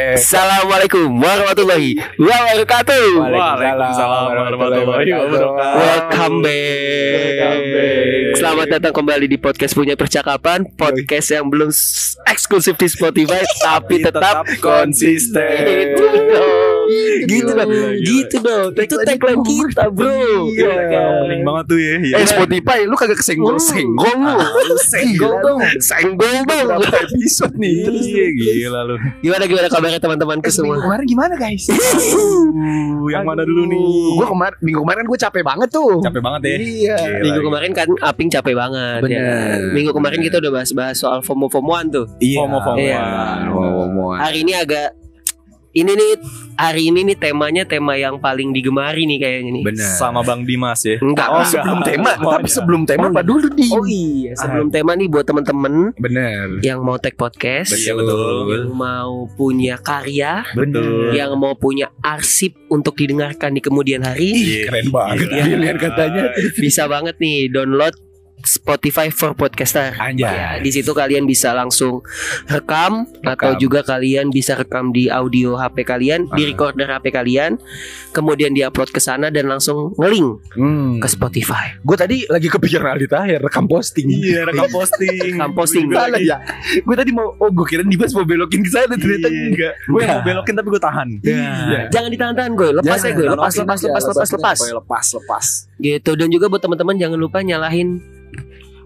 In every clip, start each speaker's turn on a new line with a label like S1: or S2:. S1: Assalamualaikum warahmatullahi wabarakatuh.
S2: Waalaikumsalam warahmatullahi wabarakatuh.
S1: Welcome back. Selamat datang kembali di podcast punya percakapan, podcast yang belum s- eksklusif di Spotify tapi tetap
S2: konsisten.
S1: gitu dong. Gitu dong.
S2: Gila, gila.
S1: Gitu dong. Itu tagline kita, Bro.
S2: Gila,
S1: kan?
S2: Pening Iya, banget tuh ya. ya.
S1: Eh Spotify lu kagak kesenggol senggol lu. Hmm. Senggol dong. Senggol dong.
S2: episode nih. Terus
S1: Iya,
S2: iya, gila lu.
S1: Gimana gimana kabarnya teman-temanku
S3: Eh,
S1: semua?
S3: kemarin gimana guys?
S2: Uh, yang mana dulu nih?
S3: Gue kemarin minggu kemarin gue capek banget tuh.
S2: capek banget ya.
S3: Iya.
S2: Gila,
S1: Minggu
S2: gila.
S1: kemarin kan Aping capek banget ya.
S3: Bener.
S1: Minggu kemarin kita udah bahas-bahas soal FOMO-FOMOan tuh.
S2: Iya. FOMO-FOMO.
S1: Iya. Hari ini agak ini nih hari ini nih temanya tema yang paling digemari nih kayaknya nih.
S3: Benar.
S2: Sama Bang Dimas ya.
S1: Enggak, sebelum-
S2: Oh,
S3: sebelum
S2: enggak.
S3: tema,
S2: Oh,
S3: tapi
S2: iya.
S3: sebelum tema apa dulu nih?
S1: Oh iya, sebelum tema nih buat teman-teman
S3: Bener.
S1: yang mau tag podcast,
S2: Iya betul. Iya.
S1: yang mau punya karya,
S2: Betul.
S1: yang mau punya arsip untuk didengarkan di kemudian hari,
S2: Iya,
S3: Keren banget
S2: gila.
S3: pilihan katanya.
S2: Iya.
S1: bisa banget nih download Spotify for podcaster. Ya,
S3: Anjay.
S1: di situ kalian bisa langsung rekam, atau juga kalian bisa rekam di audio HP kalian, di recorder HP kalian, kemudian diupload ke sana dan langsung ngeling
S3: Hmm.
S1: ke Spotify.
S3: Gue tadi lagi kepikiran Aldi Tahir rekam posting.
S2: Iya, rekam posting.
S1: Rekam posting.
S2: Gua juga
S3: Salah
S2: lagi.
S3: ya. Gue tadi mau oh gue kira Dimas mau belokin ke sana ternyata
S2: Iya.
S3: enggak.
S2: Gue yang mau belokin tapi gue tahan.
S3: Iya.
S1: Jangan ditahan-tahan gue, lepas
S3: Nah. Jangan,
S1: aja gue, lepas
S3: lepasin
S1: lepas
S3: aja,
S1: lepas lepas
S3: lepasin
S1: lepas.
S3: aja, lepas lepas.
S1: Gitu dan juga buat teman-teman jangan lupa nyalahin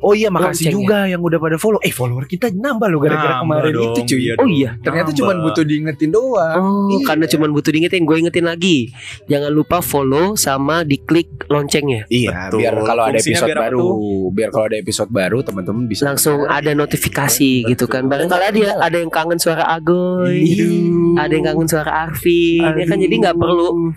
S3: Oh iya
S1: Loncengnya.
S3: makasih juga yang udah pada follow. Eh follower kita nambah loh gara-gara
S2: Nambah
S3: kemarin
S2: dong,
S3: itu cuy.
S2: iya
S1: Oh
S2: dong.
S1: iya,
S3: Ternyata
S2: Nambah.
S3: cuma butuh diingetin doang.
S1: Oh,
S3: Iya.
S1: karena cuma butuh diingetin, gue ingetin lagi. Jangan lupa follow sama diklik loncengnya.
S3: Iya,
S2: Betul.
S3: biar kalau ada
S2: Fungsinya
S3: episode
S2: Nah, biar apa
S3: baru,
S2: tuh?
S3: biar kalau ada episode baru teman-teman bisa
S1: Langsung
S3: Iya,
S1: ada notifikasi gitu kan. Barangkali ada ada yang kangen suara Agoy.
S3: Iya.
S1: ada yang kangen suara Arvin ya kan jadi nggak perlu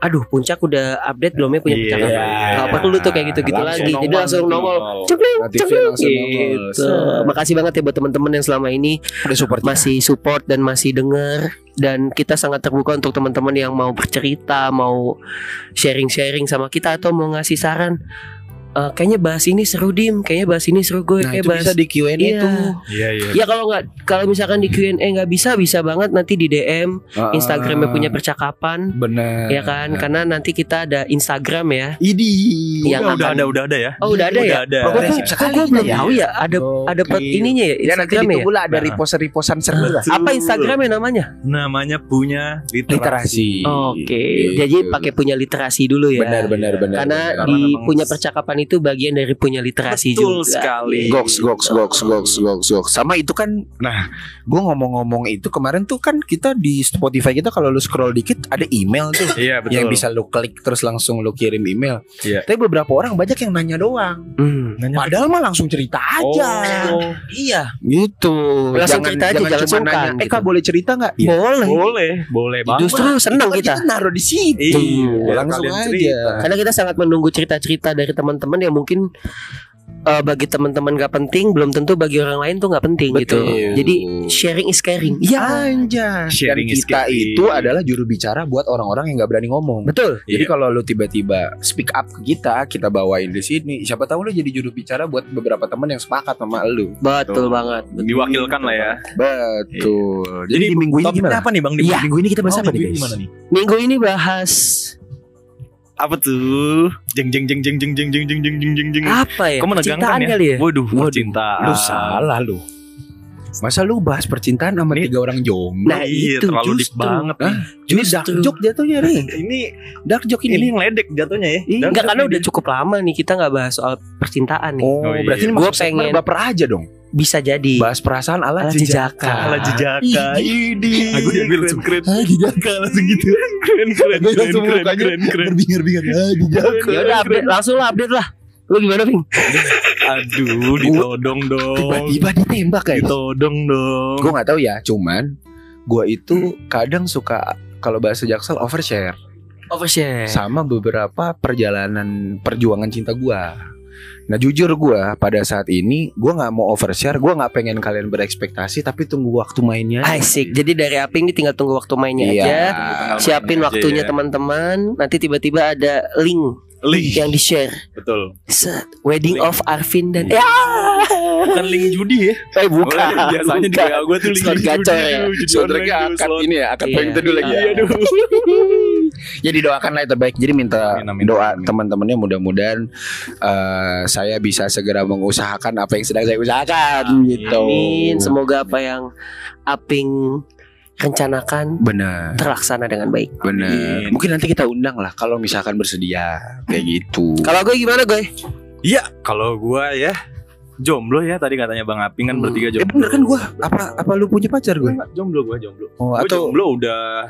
S1: aduh puncak udah update belum ya punya
S2: Iya.
S1: puncak nggak perlu tuh kayak gitu gitu
S3: Langsung
S1: lagi jadi langsung nongol cekling
S3: Notifnya
S1: cekling
S3: langsung nongol.
S1: gitu
S3: Set.
S1: makasih banget ya buat teman-teman yang selama ini
S3: ada support
S1: masih support dan masih denger dan kita sangat terbuka untuk teman-teman yang mau bercerita mau sharing-sharing sama kita atau mau ngasih saran Eh, kayaknya bahas ini seru dim kayaknya bahas ini seru gue
S3: Nah,
S1: kayak
S3: itu
S1: bahas
S3: bisa di Q&A
S1: Iya.
S3: tuh.
S2: Iya, iya.
S1: ya kalau nggak kalau misalkan di Q&A nggak bisa bisa banget nanti di DM Instagramnya punya
S3: Ah.
S1: percakapan
S3: benar.
S1: ya kan karena nanti kita ada Instagram ya
S3: Idi.
S1: yang
S2: Udah, udah
S1: akan-
S2: ada, udah ada ya.
S1: Iya, oh udah ada ya
S2: Udah ada.
S1: Kok-
S3: Progresif
S1: kok
S3: sekali
S1: gua
S3: kita
S1: belum
S3: ya.
S1: tahu ya ada ada
S3: Oke.
S1: plat ininya ya
S3: Ya nanti
S1: Instagram ya
S3: ditunggu lah ada
S2: Nah.
S3: repost-reposan seru lah.
S2: Betul.
S1: apa Instagramnya namanya
S2: Namanya punya literasi.
S1: oke jadi pakai punya literasi dulu ya
S3: Iya. Gitu. benar benar benar.
S1: karena
S3: benar.
S1: di
S2: memang-
S1: punya percakapan itu bagian dari punya literasi juga Iya.
S2: Betul sekali.
S3: Goks, goks, goks, goks, goks, goks. Sama itu kan, nah, gue ngomong-ngomong itu kemarin tuh kan kita di Spotify kita kalau lu scroll dikit ada email tuh
S2: Iya, betul.
S3: yang bisa lu klik terus langsung lu kirim email.
S2: Iya.
S3: Tapi beberapa orang banyak yang nanya doang.
S1: Hmm.
S3: Padahal mah langsung cerita aja.
S2: Oh,
S3: Iya. Gitu.
S1: Langsung cerita aja, jangan
S3: cuma
S1: sungkan
S3: nanya, Eh
S1: gitu.
S3: kak boleh cerita nggak? Iya.
S1: boleh
S2: boleh, boleh banget.
S1: Justru senang
S3: Kan
S1: kita.
S3: naruh di situ.
S2: Iya,
S3: langsung
S2: kalian
S3: aja.
S2: cerita.
S1: karena kita sangat menunggu cerita-cerita dari teman-teman yang mungkin eh, bagi teman-teman gak penting belum tentu bagi orang lain tuh gak penting
S3: Betul.
S1: gitu jadi sharing is caring
S2: Iya.
S1: Ah,
S3: Anjay.
S2: Sharing is
S3: Iya kan? Dan kita
S2: caring.
S3: itu adalah juru bicara buat orang-orang yang nggak berani ngomong.
S1: betul
S3: Jadi
S2: Iya.
S3: kalau lu tiba-tiba speak up ke kita, kita bawain di sini. Siapa tahu lu jadi juru bicara buat beberapa teman yang sepakat sama lu.
S1: betul banget
S2: Diwakilkan lah ya. Iya.
S3: Betul. Jadi, di minggu ini
S2: Topiknya
S3: gimana?
S2: apa nih Bang? Di
S1: Iya.
S3: Minggu ini kita bahas
S2: Oh,
S3: apa nih,
S2: minggu ini
S3: guys?
S2: gimana nih?
S1: minggu ini bahas
S2: Apa tuh? Jeng jeng jeng jeng jeng jeng jeng jeng jeng jeng jeng jeng.
S3: Ah,
S1: apa ya
S2: Kamu menegangkan
S1: Percintaan
S2: ya?
S1: kali ya
S3: iya.
S2: Waduh,
S1: Waduh.
S2: percintaan.
S3: Lu salah lu. Masa lu bahas percintaan sama
S2: Ini-
S3: tiga orang jomblo? Gitu,
S1: Nah,
S2: Iya,
S1: itu
S2: terlalu deep
S1: justru.
S2: banget nih.
S3: Hah? Ini dark
S1: justru.
S3: joke jatuhnya nih.
S2: Ini
S3: Dark joke
S2: ini
S3: ini.
S2: ngeledek jatuhnya ya.
S3: Iya.
S2: Dan-
S1: Enggak karena udah cukup lama nih kita nggak bahas soal percintaan nih
S3: Oh,
S2: Oh, iya.
S3: berarti ini
S1: Gua
S3: masuk segmen
S1: pengen-
S3: baper aja dong.
S1: bisa jadi
S3: Bahas perasaan
S1: Ala
S3: ala
S1: jejaka.
S3: jejaka.
S2: Ala jejaka. Ini. Aku diambil langsung keren.
S3: Ah, jejaka langsung gitu.
S2: Keren keren
S3: Gua
S2: keren
S3: langsung
S2: keren
S3: mukanya
S2: keren keren. Oh,
S3: Bingar-bingar. Ah, jejaka.
S1: ya udah update langsung lah update lah lu gimana Ving?
S2: Aduh, ditodong dong.
S3: Tiba-tiba ditembak kayak
S2: Ditodong dong.
S3: gue nggak tahu ya cuman gue itu kadang suka kalau bahasa jaksel overshare
S2: Eh.
S1: Overshare
S3: sama beberapa perjalanan perjuangan cinta gue nah jujur gue pada saat ini gue nggak mau overshare gue nggak pengen kalian berekspektasi tapi tunggu waktu mainnya
S1: Asik Jadi dari Aping ini tinggal tunggu waktu mainnya
S3: Iya.
S1: aja
S2: Ah, ya.
S3: ya.
S1: Siapin waktunya teman-teman Nanti tiba-tiba ada link
S2: Lih.
S1: yang di share
S2: betul.
S1: Set. Wedding
S2: Link.
S1: of Arvin dan
S2: Iya.
S1: ya.
S2: Bukan link judi ya.
S1: Eh bukan.
S2: Biasanya di
S1: Bukan.
S2: WA gue tuh link
S1: Slot
S2: judi.
S1: gacor ya.
S2: Judi
S3: Soundtracknya
S2: online tuh,
S3: akad
S2: slot.
S3: ini ya, akad
S1: Iya.
S3: pengen teduh lagi ya.
S2: Iya, aduh.
S3: Ya didoakan lah yang terbaik. Jadi minta
S2: Amin, amin,
S3: doa
S2: amin.
S3: teman-temannya mudah-mudahan eh, saya bisa segera mengusahakan apa yang sedang saya usahakan
S2: Oh.
S3: gitu.
S1: Amin. Semoga apa yang Aping rencanakan
S3: Benar,
S1: terlaksana dengan baik.
S3: benar.
S2: Amin.
S3: Mungkin nanti kita undang lah kalau misalkan bersedia kayak gitu.
S1: Kalau gue gimana gue?
S2: Iya, kalau gue ya jomblo ya tadi katanya Bang Aping kan
S1: Hmm.
S2: bertiga
S3: Eh
S2: jomblo.
S3: bener kan gua apa apa lu punya pacar
S2: Gue
S3: gue?
S2: nggak jomblo gue jomblo.
S3: Oh,
S2: Gue
S3: atau
S2: jomblo udah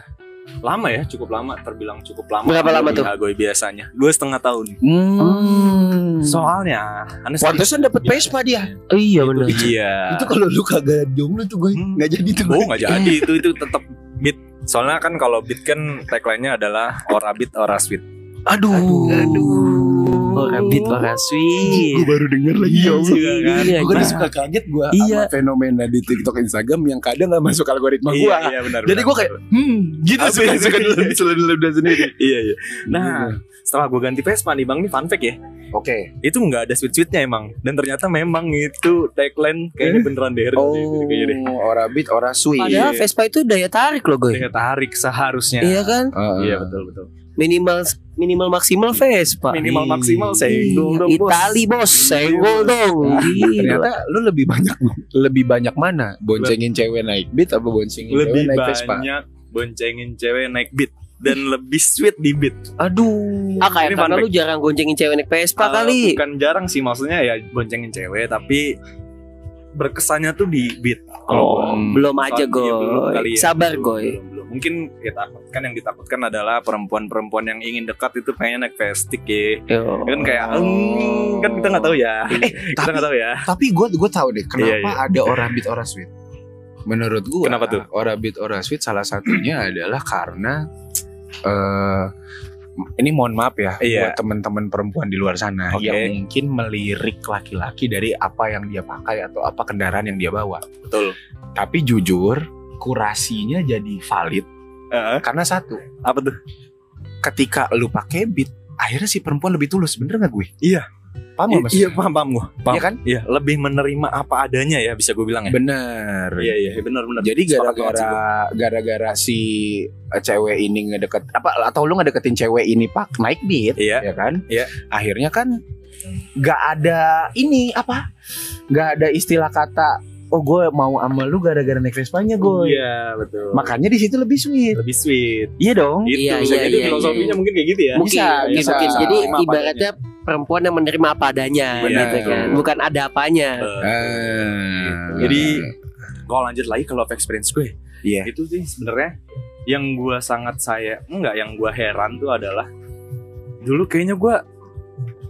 S2: lama ya, cukup lama, terbilang cukup lama.
S1: Berapa lama tuh?
S2: Gue biasanya dua setengah tahun.
S3: hmm.
S2: Soalnya, aneh sih.
S3: Pantesan dapet Vespa dia.
S1: Oh, iya benar.
S2: Iya.
S3: Itu kalau lu kagak jomblo tuh gue
S2: Hmm.
S3: nggak jadi tuh.
S2: Oh nggak jadi itu itu tetap beat. Soalnya kan kalau beat kan tagline-nya adalah ora beat ora sweet.
S3: Aduh.
S1: Oh, rabbit orang
S3: Gue
S1: sweet.
S3: baru denger lagi ya Allah.
S2: Juga kan.
S1: Iya,
S3: Gue
S1: iya.
S3: suka kaget gue
S1: Iya.
S3: sama fenomena di TikTok Instagram yang kadang gak masuk algoritma gue.
S2: Iya, iya benar.
S3: Jadi
S2: benar,
S3: gue kayak
S2: benar.
S3: hmm gitu
S2: Apa
S3: suka
S2: itu?
S3: suka dulu sendiri.
S2: iya iya. Nah, setelah gue ganti Vespa nih Bang, ini fun fact ya.
S3: oke.
S2: Itu nggak ada sweet-sweetnya emang. Dan ternyata memang itu tagline kayaknya beneran deh.
S3: Eh? Oh,
S2: kayaknya deh.
S3: ora beat ora sweet.
S2: Iya.
S1: Padahal Vespa itu daya tarik loh gue.
S2: Kayak tarik seharusnya.
S1: Iya kan?
S3: Heeh.
S2: Iya, betul betul.
S1: Minimal minimal maksimal Vespa. Iya,
S2: Minimal
S3: Ih.
S2: maksimal
S3: Iya,
S2: senggol dong, Bos. Iya.
S1: Itali bos, senggol dong. Iya. Gila.
S3: Ternyata lu lebih banyak lebih banyak mana? Boncengin cewek naik beat apa boncengin
S2: lebih
S3: cewek naik Vespa?
S2: banyak boncengin cewek naik beat dan lebih sweet di beat.
S3: Aduh.
S1: Ah kayak
S2: Ini
S1: karena
S2: fun
S1: lu jarang goncengin cewek naik Vespa
S2: Eh,
S1: kali.
S2: Bukan jarang sih maksudnya ya boncengin cewek tapi berkesannya tuh di beat.
S3: Oh,
S2: gua.
S1: Belum
S2: Soalnya
S1: aja
S2: iya, belum
S1: goy.
S2: kali ya.
S1: Sabar
S2: Belum,
S1: goy.
S2: belum, belum. Mungkin ya, takutkan yang ditakutkan adalah perempuan-perempuan yang ingin dekat itu pengen naik vestik ya.
S1: Yo.
S2: Kan kayak
S3: Oh.
S2: "Hmm," kan kita nggak tahu
S1: Eh,
S2: ya. kita
S3: tapi-
S2: nggak tahu ya.
S3: Tapi gue gue tahu deh kenapa
S2: Iya, iya.
S3: ada ora beat ora sweet. Menurut gue
S2: Kenapa tuh?
S3: Ora beat ora sweet salah satunya adalah karena eh ini mohon maaf ya
S2: Iya.
S3: buat teman-teman perempuan di luar sana
S2: Oke.
S3: yang mungkin melirik laki-laki dari apa yang dia pakai atau apa kendaraan yang dia bawa.
S2: Betul.
S3: Tapi jujur kurasinya jadi valid
S2: Heeh.
S3: karena satu
S2: apa tuh?
S3: ketika lu pakai beat akhirnya si perempuan lebih tulus bener nggak gue?
S2: Iya.
S3: Paham nggak
S2: I-
S3: mas?
S2: iya paham paham gua. Paham.
S3: Iya kan?
S2: Iya, lebih menerima apa adanya ya bisa gue bilang ya.
S3: Bener.
S2: Iya iya benar benar.
S3: Jadi
S2: Sepakat banget sih gua.
S3: gara-gara gara-gara si eh, cewek ini ngedeket apa atau lu ngedeketin cewek ini pak naik beat
S2: Iya.
S3: ya kan?
S2: Iya.
S3: Akhirnya kan nggak ada ini apa? Nggak ada istilah kata oh gue mau sama lu gara-gara naik Vespanya gue.
S2: Iya, betul.
S3: Makanya di situ lebih sweet.
S2: lebih sweet.
S3: Iya dong.
S2: Gitu.
S1: Iya,
S2: bisa
S1: iya,
S2: jadi
S1: iya,
S2: filosofinya
S1: iya.
S2: mungkin kayak gitu ya.
S1: Mungkin,
S3: Bisa,
S1: mungkin,
S3: bisa.
S1: mungkin. Jadi
S2: Menerima apa
S1: ibaratnya perempuan yang menerima apa adanya
S2: Benar.
S1: gitu kan. Bukan ada apanya.
S3: Eh.
S2: Jadi kalau Eh, lanjut lagi ke love experience gue,
S3: Iya.
S2: itu sih sebenarnya yang gue sangat saya enggak yang gue heran tuh adalah dulu kayaknya gue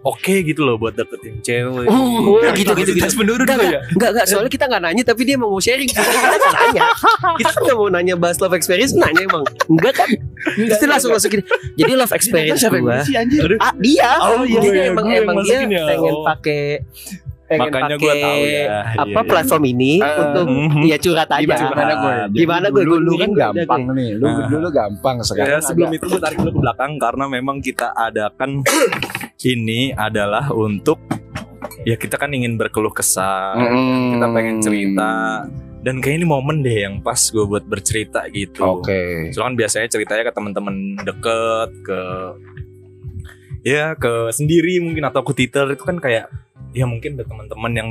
S2: oke gitu loh buat deketin cewek.
S1: Oh,
S2: Uh,
S1: oh, gitu, gitu, gitu.
S2: menurun
S1: Enggak, enggak,
S2: gue ya.
S1: enggak, enggak. Soalnya kita enggak nanya tapi dia mau sharing. Kita enggak nanya. Kita enggak mau nanya bahas love experience, nanya emang. Enggak kan? Terus dia langsung masuk gini. Jadi love experience gua. Ah, dia.
S2: Oh, iya,
S1: Dia
S2: iya,
S1: emang
S2: gue yang
S1: emang dia
S2: masukin ya.
S1: pengen
S2: Oh.
S1: pakai pengen
S2: Makanya
S1: pakai
S2: gue tahu
S1: apa
S2: ya. Iya, iya.
S1: platform ini
S3: Eh,
S1: untuk
S2: mhm.
S1: ya curhat aja.
S3: Gimana gue?
S1: Gimana gue?
S3: Dulu,
S1: Dulu
S3: kan
S1: kan udah
S3: gampang nih. Lu
S2: Ah.
S3: dulu gampang
S2: Ya,
S3: sekarang.
S2: sebelum
S3: agak-
S2: itu gue tarik dulu ke belakang karena memang kita adakan ini adalah untuk ya kita kan ingin berkeluh
S1: Hmm.
S2: kesah,
S3: Mm.
S2: kita pengen cerita dan kayak ini momen deh yang pas gue buat bercerita gitu.
S3: Oke.
S2: Soalnya kan biasanya ceritanya ke teman-teman deket, ke ya ke sendiri mungkin atau ke Twitter itu kan kayak ya mungkin ada teman-teman yang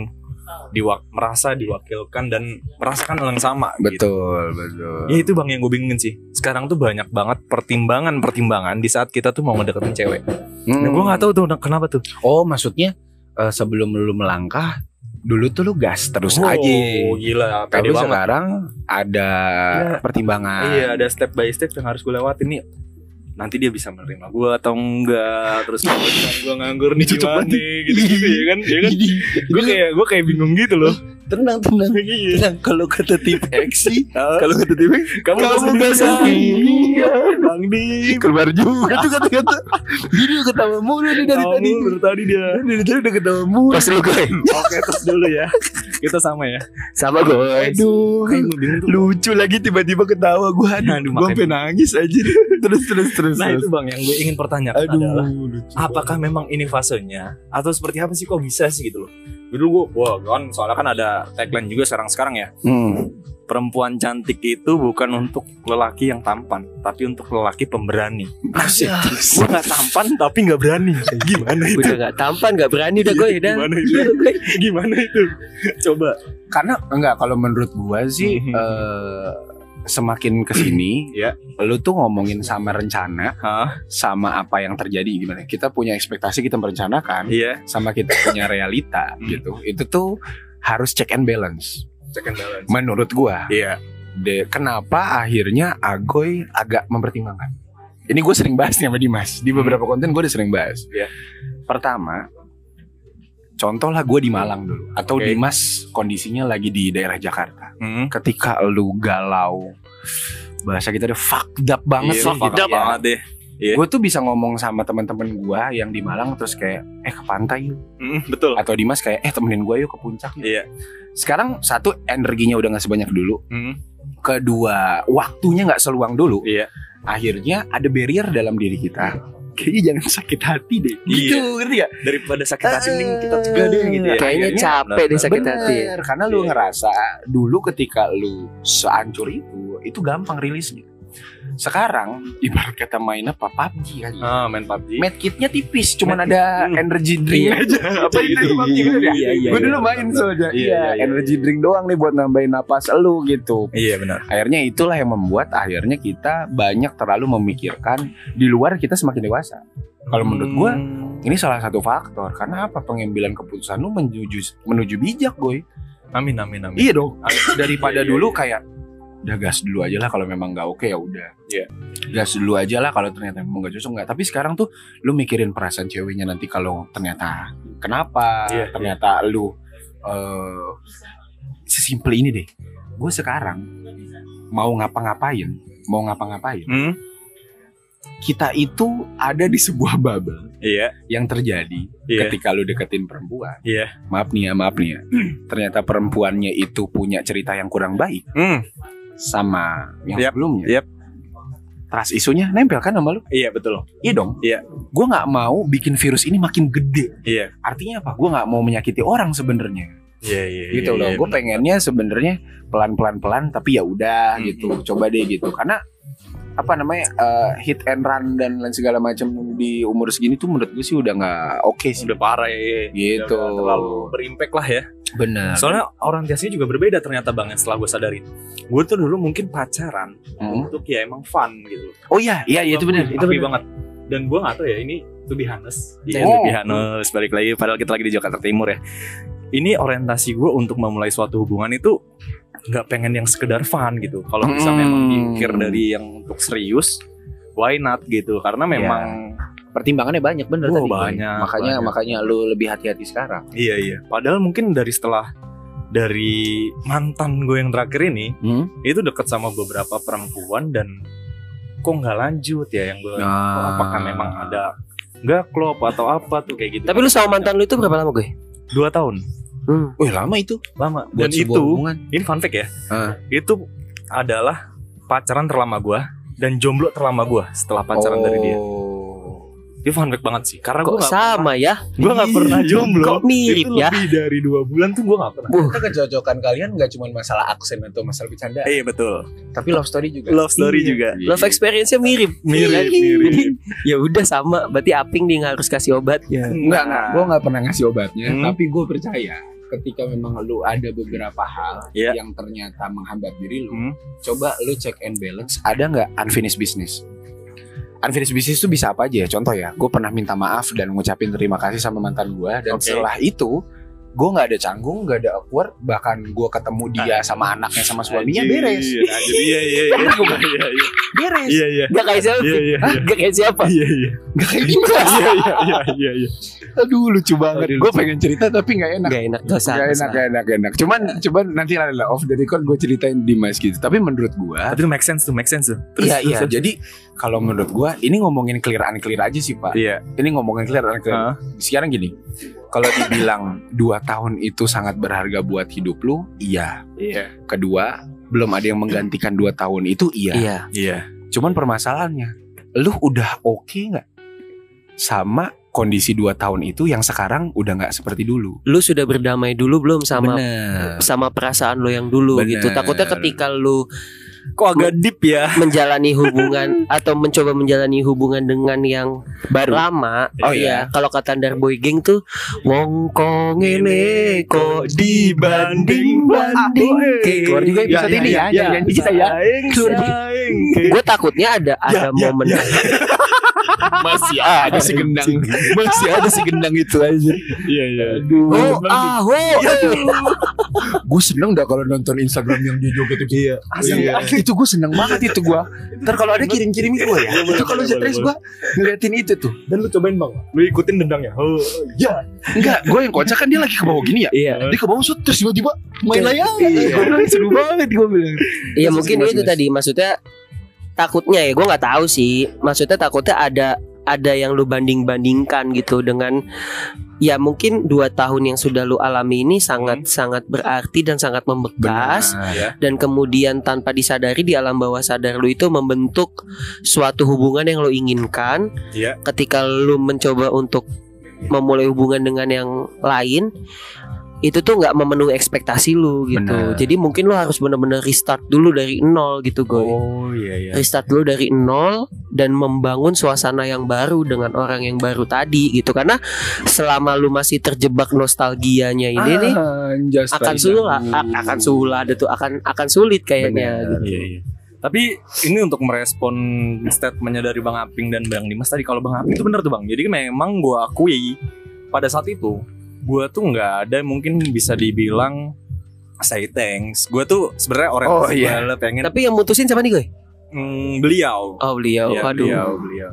S2: diwak merasa diwakilkan dan merasakan hal yang sama. gitu.
S3: Betul, betul.
S2: Ya itu bang yang gue bingungin sih. Sekarang tuh banyak banget pertimbangan-pertimbangan di saat kita tuh mau ngedeketin cewek.
S3: Iya,
S2: Nah,
S3: Hmm.
S2: gue nggak tahu tuh nah, kenapa tuh.
S3: Oh, maksudnya eh, sebelum lu melangkah, dulu tuh lu gas terus
S2: Wow,
S3: aja.
S2: Oh, Gila,
S3: Tapi
S2: pede banget.
S3: sekarang ada
S2: Iya.
S3: pertimbangan.
S2: Iya, ada step by step yang harus gue lewatin nih. Nanti dia bisa menerima gue atau enggak. Terus gue nganggur nih
S3: Ditutup
S2: gimana
S3: banget.
S2: nih, gitu-gitu ya kan. Ya kan?
S3: Jadi,
S2: Gue kayak gue kayak bingung gitu loh.
S3: tenang tenang tenang kalau kata tip X kalau kata tip X
S2: kamu
S3: kamu
S2: nggak
S3: gak
S1: Iya.
S3: sendirian.
S2: Bang Dim
S3: keluar juga tuh kata-kata dia udah ketawa mulu nih dari
S2: Kamu
S3: tadi
S2: dari tadi dia
S3: dari tadi udah ketawa mulu
S1: Pas lu gue
S2: Oke terus dulu ya Kita sama ya
S1: Sama gue
S3: aduh
S2: Kayak gue bingung tuh
S3: lucu lagi tiba-tiba ketawa gue
S2: Aduh,
S3: aduh gue
S2: Nah, makanya.
S3: pengen nangis aja terus terus terus
S2: Nah
S3: terus.
S2: itu bang yang gue ingin pertanyakan
S3: aduh
S2: adalah
S3: lucu
S2: Apakah memang ini fasenya Atau seperti apa sih kok bisa sih gitu loh Dulu gue Wah kan soalnya kan ada tagline juga sekarang-sekarang ya
S3: Hmm.
S2: Perempuan cantik itu bukan untuk lelaki yang tampan Tapi untuk lelaki pemberani
S3: Asik.
S2: Gue gak tampan tapi gak berani Gimana itu
S1: Udah gak tampan gak berani udah gue udah
S2: Gimana itu Gimana itu Coba
S3: karena enggak kalau menurut gua sih
S2: Mhm.
S3: eh, semakin kesini
S2: Ya.
S3: lu tuh ngomongin sama rencana
S2: Hah?
S3: sama apa yang terjadi gimana kita punya ekspektasi kita merencanakan
S2: Iya
S3: sama kita punya realita
S2: Hmm.
S3: gitu itu tuh harus check and balance
S2: Check and balance
S3: menurut gua
S2: Iya
S3: de kenapa akhirnya Agoy agak mempertimbangkan. Ini gue sering bahas nih sama Dimas di beberapa konten gue udah sering bahas.
S2: Hmm. Iya.
S3: Pertama, contoh lah gue di Malang dulu atau
S2: Oke.
S3: Dimas kondisinya lagi di daerah Jakarta.
S2: Hmm.
S3: Ketika lu galau, bahasa kita udah fucked up banget gitu ya.
S2: Iya,
S3: loh.
S2: fucked up banget deh. Iya.
S3: Gue tuh bisa ngomong sama teman-teman gue yang di Malang terus kayak eh ke pantai yuk
S2: Mm, betul.
S3: atau Dimas kayak eh temenin gue yuk ke puncak yuk.
S2: Iya.
S3: Sekarang satu energinya udah nggak sebanyak dulu
S2: Mm,
S3: kedua waktunya nggak seluang dulu
S2: Iya.
S3: akhirnya ada barrier dalam diri kita kayaknya jangan sakit hati deh
S2: Iya.
S3: gitu ngerti gak
S2: Daripada sakit hati mending kita
S3: Eh,
S2: cegah deh gitu ya.
S1: Kayaknya
S2: Akhirnya,
S1: capek deh
S2: benar-benar.
S1: sakit hati
S3: Bener, karena lu
S2: Iya.
S3: ngerasa dulu ketika lu seancur itu itu gampang rilisnya sekarang ibarat kata main apa PUBG kali
S2: Ah, main PUBG.
S3: kan. Medkitnya tipis, cuman
S2: Medkit.
S3: ada
S2: Hmm.
S3: energy drink
S2: Iya.
S3: aja. Apa
S2: Iya,
S3: itu
S2: iya,
S3: PUBG kan ya?
S2: iya, iya,
S3: Gue
S2: iya,
S3: dulu
S2: benar,
S3: main
S2: benar.
S3: soalnya.
S2: Iya,
S3: Iya,
S2: iya, iya,
S3: energy drink doang nih buat nambahin napas lu gitu.
S2: Iya benar.
S3: Akhirnya itulah yang membuat akhirnya kita banyak terlalu memikirkan di luar kita semakin dewasa. Kalau menurut gua,
S2: Hmm.
S3: Ini salah satu faktor karena apa pengambilan keputusan lu menuju menuju bijak, boy.
S2: amin amin amin.
S3: Iya dong. Daripada
S2: Iya, iya,
S3: dulu kayak udah gas dulu aja lah kalau memang nggak oke ya udah.
S2: Iya.
S3: Gas dulu aja lah kalau ternyata memang nggak cocok nggak. Tapi sekarang tuh lu mikirin perasaan ceweknya nanti kalau ternyata kenapa?
S2: Iya,
S3: ternyata lu eh sesimpel ini deh. Gue sekarang mau ngapa-ngapain, mau ngapa-ngapain
S2: Hmm,
S3: kita itu ada di sebuah bubble
S2: Iya.
S3: yang terjadi
S2: Iya.
S3: ketika lu deketin perempuan.
S2: Iya.
S3: Maaf nih ya, maaf nih ya. Ternyata perempuannya itu punya cerita yang kurang baik
S2: Hmm,
S3: sama yang
S2: Yap,
S3: sebelumnya.
S2: yap.
S3: Trust isunya nempel kan sama lu?
S2: Iya betul.
S3: Iya dong.
S2: Iya.
S3: Gua nggak mau bikin virus ini makin gede.
S2: Iya.
S3: Artinya apa? Gua nggak mau menyakiti orang sebenarnya.
S2: Iya iya.
S3: gitu
S2: iya,
S3: loh.
S2: iya,
S3: Gue
S2: benar.
S3: pengennya sebenarnya pelan-pelan pelan tapi ya udah
S2: Mm-mm.
S3: gitu. Coba deh gitu. Karena apa namanya eh, hit and run dan lain segala macam di umur segini tuh menurut gue sih udah nggak oke sih
S2: udah parah ya. iya.
S3: Gitu.
S2: Udah terlalu berimpact lah ya.
S3: bener
S2: Soalnya orientasinya juga berbeda ternyata bang yang setelah gue sadari. Gue tuh dulu mungkin pacaran untuk ya emang fun gitu.
S3: Hmm. oh iya iya iya, itu bener itu
S2: Tapi
S3: bener
S2: banget. Dan gue gak tahu ya ini to be honest. Iya
S3: Oh.
S2: to be honest. Balik lagi padahal kita lagi di Jakarta Timur ya. Ini orientasi gue untuk memulai suatu hubungan itu nggak pengen yang sekedar fun gitu. Kalau bisa
S3: Hmm.
S2: memang mikir dari yang untuk serius, why not gitu? Karena memang
S3: pertimbangannya banyak bener
S2: Wah,
S3: tadi Boy.
S2: Oh, banyak,
S3: makanya
S2: banyak.
S3: makanya lu lebih hati-hati sekarang
S2: iya iya. Padahal mungkin dari setelah dari mantan gue yang terakhir ini itu deket sama beberapa perempuan dan kok nggak lanjut ya yang gue
S3: Nah.
S2: apakah memang ada nggak klop atau apa tuh kayak gitu
S1: Tapi lu sama mantan lu itu berapa lama gue?
S2: dua tahun
S1: Hmm.
S3: Wih lama itu
S2: lama dan
S3: buat sebuah
S2: itu
S3: hubungan.
S2: ini fun fact ya
S3: Ah.
S2: itu adalah pacaran terlama gua dan jomblo terlama gua setelah pacaran dari dia
S3: Oh.
S2: itu fun fact banget sih karena
S1: Kok
S2: gua nggak
S1: sama ya?
S2: gua nggak pernah jomblo
S1: Kok mirip
S2: itu
S1: ya?
S2: lebih dari dua bulan tuh gua nggak pernah
S3: Ternyata kecocokan kalian nggak cuma masalah aksen atau masalah bercanda,
S2: iya betul
S3: tapi love story juga.
S2: love story juga
S1: Love experience-nya mirip.
S2: Mirip,
S1: Iya.
S2: mirip.
S1: ya udah sama, berarti Aping nih nggak harus kasih obat.
S3: Enggak, enggak. Gue nggak pernah ngasih obatnya,
S2: Hmm.
S3: tapi gue percaya ketika memang lu ada beberapa hal
S2: Iya.
S3: yang ternyata menghambat diri lu,
S2: Hmm.
S3: coba lu check and balance. Ada nggak unfinished business? Unfinished business itu bisa apa aja ya? Contoh ya, gue pernah minta maaf dan ngucapin terima kasih sama mantan gue dan
S2: Oke.
S3: setelah itu gue nggak ada canggung nggak ada awkward bahkan gue ketemu dia sama anaknya sama suaminya beres
S2: Anjir, anjir, Ah. Iya iya iya. Iya iya.
S3: beres
S2: Iya iya.
S1: Gak kayak siapa?
S2: Iya iya.
S1: Gak kayak siapa?
S2: Iya iya.
S3: Gak kayak gini.
S2: Iya iya iya iya iya.
S3: aduh lucu banget
S2: Aduh,
S3: gue
S2: lucu.
S3: pengen cerita tapi nggak enak
S1: Gak enak dosa.
S3: Gak enak,
S2: ya.
S3: gak enak, gak enak. Cuman, cuman nanti lah lah, off the record gue ceritain di mas gitu. Tapi menurut gue,
S2: Tapi itu make sense tuh, make sense tuh.
S3: iya iya. Jadi kalau menurut gue, ini ngomongin clear an clear aja sih pak.
S2: Iya.
S3: Ini ngomongin clear an clear.
S2: Heeh.
S3: Sekarang gini, kalau dibilang dua tahun itu sangat berharga buat hidup lu, iya.
S2: Iya.
S3: Kedua, belum ada yang menggantikan dua tahun itu, iya.
S1: Iya.
S2: Iya.
S3: Cuman permasalahannya, lu udah oke nggak sama kondisi dua tahun itu yang sekarang udah nggak seperti dulu.
S1: Lu sudah berdamai dulu belum sama
S3: Bener.
S1: sama perasaan lu yang dulu
S3: Bener.
S1: gitu. Takutnya ketika lu
S2: Kok agak deep ya?
S1: menjalani hubungan atau mencoba menjalani hubungan dengan yang
S3: Baru.
S1: lama.
S3: Oh,
S1: iya. Kalau kata Darboy Gang tuh wong kong ini kok dibanding banding.
S3: Keluar juga episode ini eh. ya, jangan kita ya.
S1: Keluar juga. Gue takutnya ada ada
S2: ya,
S1: momen
S3: Masih ada si gendang. Masih ada si gendang itu aja.
S2: Iya iya.
S1: Oh, ah, oh,
S3: gue seneng dah kalau nonton Instagram yang dia joget itu. Iya. Asli,
S2: Iya.
S3: asli. itu gue seneng banget itu gue. Ntar kalau ada kirim-kirim gue ya.
S2: Iya, boleh,
S3: itu kalau
S2: boleh,
S3: stres
S2: boleh.
S3: gue ngeliatin itu tuh.
S2: Dan lu cobain bang, lu ikutin dendangnya. Oh iya.
S3: Enggak, gue yang kocak kan dia lagi ke bawah gini ya.
S1: Iya.
S3: Dia ke bawah set, terus tiba-tiba main layangan.
S2: Iya.
S3: Gua bilang, Seru banget gue bilang.
S1: Iya
S3: Masuk
S1: mungkin
S3: sih, masuk,
S1: itu
S3: masuk.
S1: tadi maksudnya takutnya ya gue nggak tahu sih maksudnya takutnya ada ada yang lu banding bandingkan gitu dengan ya mungkin dua tahun yang sudah lu alami ini sangat sangat berarti dan sangat membekas
S2: Iya.
S1: dan kemudian tanpa disadari di alam bawah sadar lu itu membentuk suatu hubungan yang lu inginkan
S2: Iya.
S1: ketika lu mencoba untuk memulai hubungan dengan yang lain itu tuh nggak memenuhi ekspektasi lu gitu
S3: Benar.
S1: jadi mungkin lu harus bener-bener restart dulu dari nol gitu goy
S2: Oh iya iya.
S1: restart dulu dari nol dan membangun suasana yang baru dengan orang yang baru tadi gitu karena selama lu masih terjebak nostalgianya ini
S2: Ah,
S1: nih
S3: Anjas
S1: akan sulit akan sulit ada tuh akan akan sulit kayaknya gitu.
S2: Iya iya. Tapi ini untuk merespon statementnya dari Bang Aping dan Bang Dimas tadi kalau Bang Aping itu benar tuh Bang. Jadi memang gua akui pada saat itu gua tuh nggak ada mungkin bisa dibilang say thanks. Gua tuh sebenarnya orang
S3: Oh,
S2: yang
S3: iya.
S2: segala pengen
S1: tapi yang mutusin siapa nih gue
S2: mm, beliau.
S1: oh beliau
S2: Iya,
S1: aduh
S2: Beliau, beliau,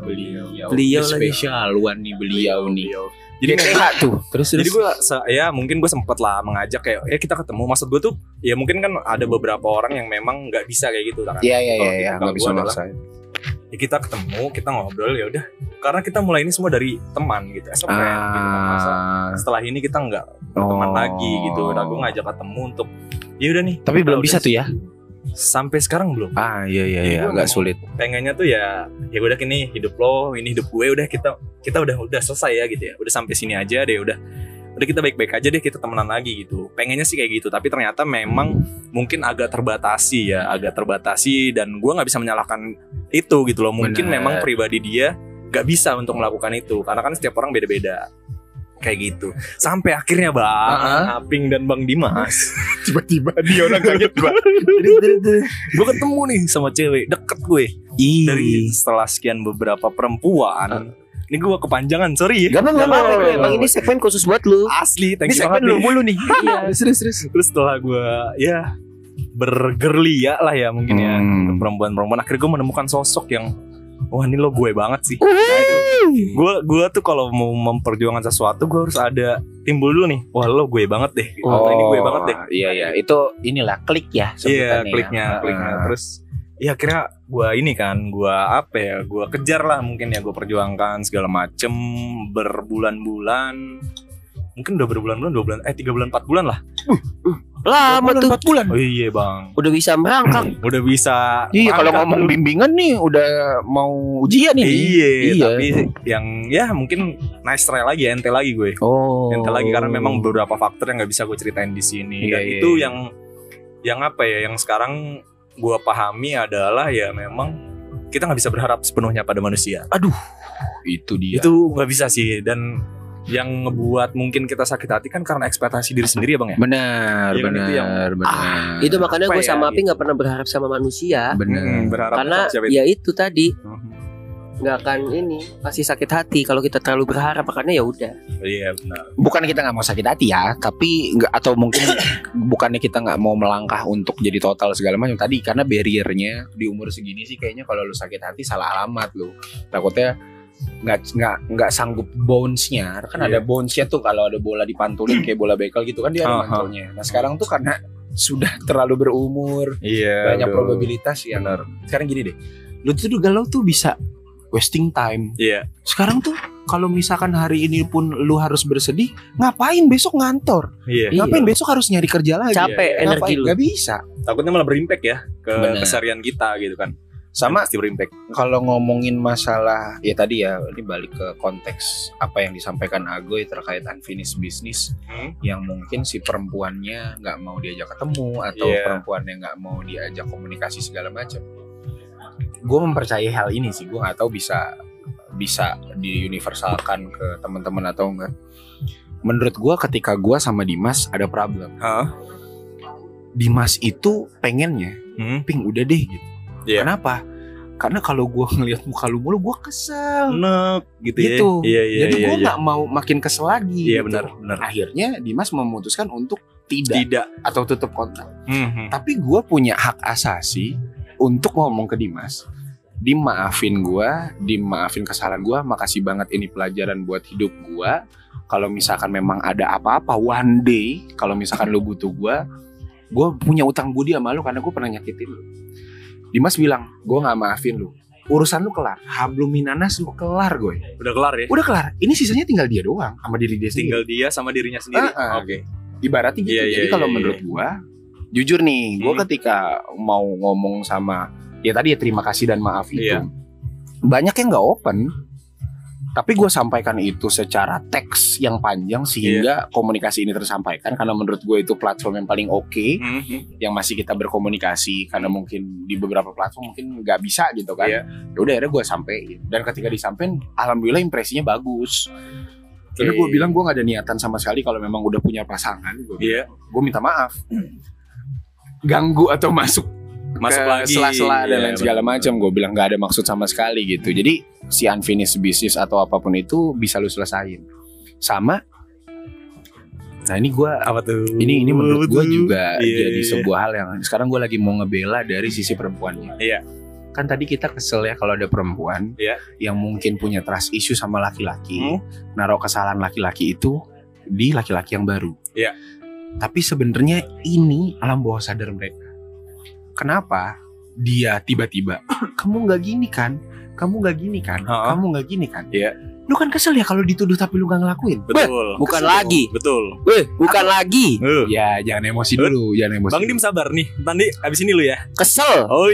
S1: Beliau
S2: beliau.
S1: lagi.
S3: ya, spesialuan nih beliau nih.
S2: Jadi memang-
S3: tuh. Terus
S2: Jadi gue ya mungkin gue sempet lah mengajak kayak ya kita ketemu. Maksud gue tuh ya mungkin kan ada beberapa orang yang memang nggak bisa kayak gitu kan.
S3: Iya iya iya
S2: Kalau
S3: iya,
S2: kita-
S3: nggak
S2: kalau
S3: bisa
S2: gua adalah-
S3: maksain.
S2: Ya, kita ketemu, kita ngobrol ya udah. Karena kita mulai ini semua dari teman gitu. Esok kayak
S3: Ah.
S2: gitu kan, masa setelah ini kita nggak berteman
S3: Oh.
S2: lagi gitu. Nah gue ngajak ketemu untuk ya udah nih.
S3: Tapi
S2: kita
S3: belum
S2: udah-
S3: bisa tuh ya.
S2: Sampai sekarang belum.
S3: Ah iya iya
S2: Jadi
S3: iya,
S2: gua
S3: agak
S2: ngomong-
S3: sulit.
S2: Pengennya tuh ya ya udah ini hidup lo, ini hidup gue udah kita kita udah udah selesai ya gitu ya. Udah sampai sini aja deh udah. Udah kita baik-baik aja deh kita temenan lagi gitu. Pengennya sih kayak gitu, tapi ternyata memang mungkin agak terbatasi ya, agak terbatasi dan gua nggak bisa menyalahkan itu gitu loh. Mungkin
S3: Bener.
S2: memang pribadi dia nggak bisa untuk melakukan itu karena kan setiap orang beda-beda kayak gitu sampai akhirnya bang
S3: Ah,
S2: Aping dan bang Dimas
S3: Tiba-tiba
S2: dia orang kaget gue ketemu nih sama cewek deket gue
S3: Iya.
S2: dari setelah sekian beberapa perempuan ini gue kepanjangan sorry ya
S3: Gak
S1: Gak apa-apa gue,
S3: apa-apa
S1: emang ini segmen khusus buat lu
S2: asli thank
S3: Ini
S2: you
S3: segmen
S2: banget
S3: lu
S2: nih.
S3: mulu nih. Iya, serius serius.
S2: terus setelah gue ya bergerlia lah ya mungkin ya
S3: Hmm.
S2: perempuan-perempuan akhirnya gue menemukan sosok yang wah ini lo gue banget sih gue gue tuh kalau mau memperjuangkan sesuatu gue harus ada timbul dulu nih wah lo gue banget deh atau ini gue banget deh
S3: Iya iya, itu inilah klik ya
S2: Iya
S3: sebutannya ya.
S2: kliknya, kliknya.
S3: Ah.
S2: Terus ya akhirnya gua ini kan, gua apa ya, gua kejar lah mungkin ya, gua perjuangkan segala macem berbulan-bulan. Mungkin udah berbulan-bulan, dua bulan, eh tiga bulan, empat bulan lah.
S1: lama tuh
S3: bulan.
S2: Oh iya bang,
S1: udah bisa merangkak
S2: udah bisa.
S3: Iya, kalau
S2: mangkat
S3: ngomong
S2: dulu.
S3: bimbingan nih udah mau ujian nih.
S2: Iya,
S3: Iya.
S2: tapi yang ya mungkin nice try lagi, ente lagi gue.
S3: Oh.
S2: Ente lagi karena memang beberapa faktor yang nggak bisa gue ceritain di sini.
S3: Iya,
S2: Dan
S3: iya,
S2: itu
S3: iya.
S2: yang yang apa ya, yang sekarang gua pahami adalah ya memang kita nggak bisa berharap sepenuhnya pada manusia.
S3: itu dia.
S2: itu nggak bisa sih dan yang ngebuat mungkin kita sakit hati kan karena ekspektasi diri sendiri ya bang ya
S3: Benar,
S2: Iya kan, itu
S3: benar,
S2: yang- Ah,
S3: benar.
S1: itu makanya
S2: Hmm. Apa
S1: gue
S2: ya,
S1: sama Api nggak pernah berharap sama manusia
S3: benar. iya.
S2: Mm, berharap Mm-hmm.
S1: karena
S2: siapa- siapa itu.
S1: ya itu tadi nggak akan ini pasti sakit hati kalau kita terlalu berharap makanya ya udah
S2: Iya benar.
S3: bukan kita nggak mau sakit hati ya tapi nggak atau mungkin bukannya kita nggak mau melangkah untuk jadi total segala macam tadi karena barriernya di umur segini sih kayaknya kalau lu sakit hati salah alamat lu takutnya nggak nggak nggak sanggup bounce-nya kan
S2: Iya.
S3: ada bounce-nya tuh kalau ada bola dipantulin kayak bola bekel gitu kan dia ada
S2: Aha.
S3: mantulnya nah sekarang tuh karena sudah terlalu berumur
S2: Iya.
S3: banyak
S2: aduh.
S3: probabilitas ya
S2: Benar.
S3: sekarang gini deh lu tuh galau tuh bisa wasting time
S2: Iya.
S3: sekarang tuh kalau misalkan hari ini pun lu harus bersedih, ngapain besok ngantor?
S2: Iya.
S1: Iya.
S3: Ngapain besok harus nyari kerja lagi?
S1: capek
S2: iya.
S1: energi
S3: Ngapain?
S1: lu
S3: Gak bisa.
S2: Takutnya malah berimpact ya ke
S3: Benar.
S2: keseharian kita gitu kan.
S3: Sama
S2: pasti berimpact.
S3: kalau ngomongin masalah ya tadi ya ini balik ke konteks apa yang disampaikan Agoy terkait unfinished business
S2: Hmm.
S3: yang mungkin si perempuannya nggak mau diajak ketemu atau
S2: Iya.
S3: perempuannya nggak mau diajak komunikasi segala macam. Gue mempercayai hal ini sih, gue nggak tahu bisa bisa diuniversalkan ke teman-teman atau enggak. Menurut gue ketika gue sama Dimas ada problem.
S2: Hah?
S3: Dimas itu pengennya,
S2: Hmm.
S3: ping udah deh gitu.
S2: Iya.
S3: Kenapa? Karena kalau gue ngelihat muka lu mulu, gue kesel.
S2: Nek gitu,
S3: Gitu.
S2: ya. Iya iya
S3: Jadi
S2: iya.
S3: gue
S2: Iya,
S3: nggak mau makin kesel lagi.
S2: iya
S3: gitu.
S2: benar benar.
S3: Akhirnya Dimas memutuskan untuk tidak
S2: Tidak.
S3: atau tutup kontak.
S2: Mhm.
S3: Tapi gue punya hak asasi untuk ngomong ke Dimas. Dimaafin gue, dimaafin kesalahan gue. Makasih banget ini pelajaran buat hidup gue. Kalau misalkan memang ada apa-apa, one day kalau misalkan lu butuh gue, gue punya utang budi sama lu karena gue pernah nyakitin lu. Dimas bilang, gue nggak maafin lu. Urusan lu kelar, hablum minanas lu kelar gue.
S2: Udah kelar ya.
S3: Udah kelar, ini sisanya tinggal dia doang sama diri dia sendiri
S2: Tinggal dia sama dirinya sendiri.
S3: Ah, ah.
S2: Oke.
S3: ibaratnya gitu.
S2: Iya, iya,
S3: Jadi kalau
S2: iya,
S3: menurut gua, jujur nih, gua
S2: Hmm.
S3: ketika mau ngomong sama ya tadi ya terima kasih dan maaf itu.
S2: Iya.
S3: Banyak yang nggak open. Tapi gua sampaikan itu secara teks yang
S2: Iya.
S3: panjang sehingga komunikasi ini tersampaikan karena menurut gue itu platform yang paling oke
S2: Mhm.
S3: yang masih kita berkomunikasi karena mungkin di beberapa platform mungkin nggak bisa gitu kan.
S2: Iya.
S3: Ya udah akhirnya gue sampein dan ketika disampein alhamdulillah impresinya bagus. Tapi
S2: Oke.
S3: gue bilang gue nggak ada niatan sama sekali kalau memang udah punya pasangan gue
S2: Iya.
S3: gue minta maaf ganggu atau masuk
S2: Masuk
S3: ke
S2: lagi.
S3: sela-sela dan
S2: Iya,
S3: lain segala
S2: benar.
S3: macam gue bilang nggak ada maksud sama sekali gitu jadi si unfinished business atau apapun itu bisa lu selesain sama nah ini gue
S2: Apa tuh?
S3: ini ini menurut gue
S2: Betul.
S3: juga
S2: Iya,
S3: jadi
S2: iya,
S3: sebuah hal yang sekarang gue lagi mau ngebela dari sisi perempuannya
S2: Iya.
S3: kan tadi kita kesel ya kalau ada perempuan
S2: Iya.
S3: yang mungkin punya trust issue sama laki-laki
S2: Hmm.
S3: naruh kesalahan laki-laki itu di laki-laki yang baru
S2: Iya.
S3: tapi sebenarnya ini alam bawah sadar mereka kenapa dia tiba-tiba kamu nggak gini kan kamu nggak gini kan
S2: Ha-ha.
S3: kamu nggak gini kan
S2: Iya.
S3: lu kan kesel ya kalau dituduh tapi lu nggak ngelakuin
S2: Betul.
S1: bukan
S3: Kesel
S1: lagi
S2: Betul.
S1: weh bukan lagi
S2: Eh,
S3: ya jangan emosi dulu jangan emosi
S2: Bang
S3: dulu.
S2: Dim sabar nih. Nanti abis ini lu ya.
S1: kesel
S2: Oh,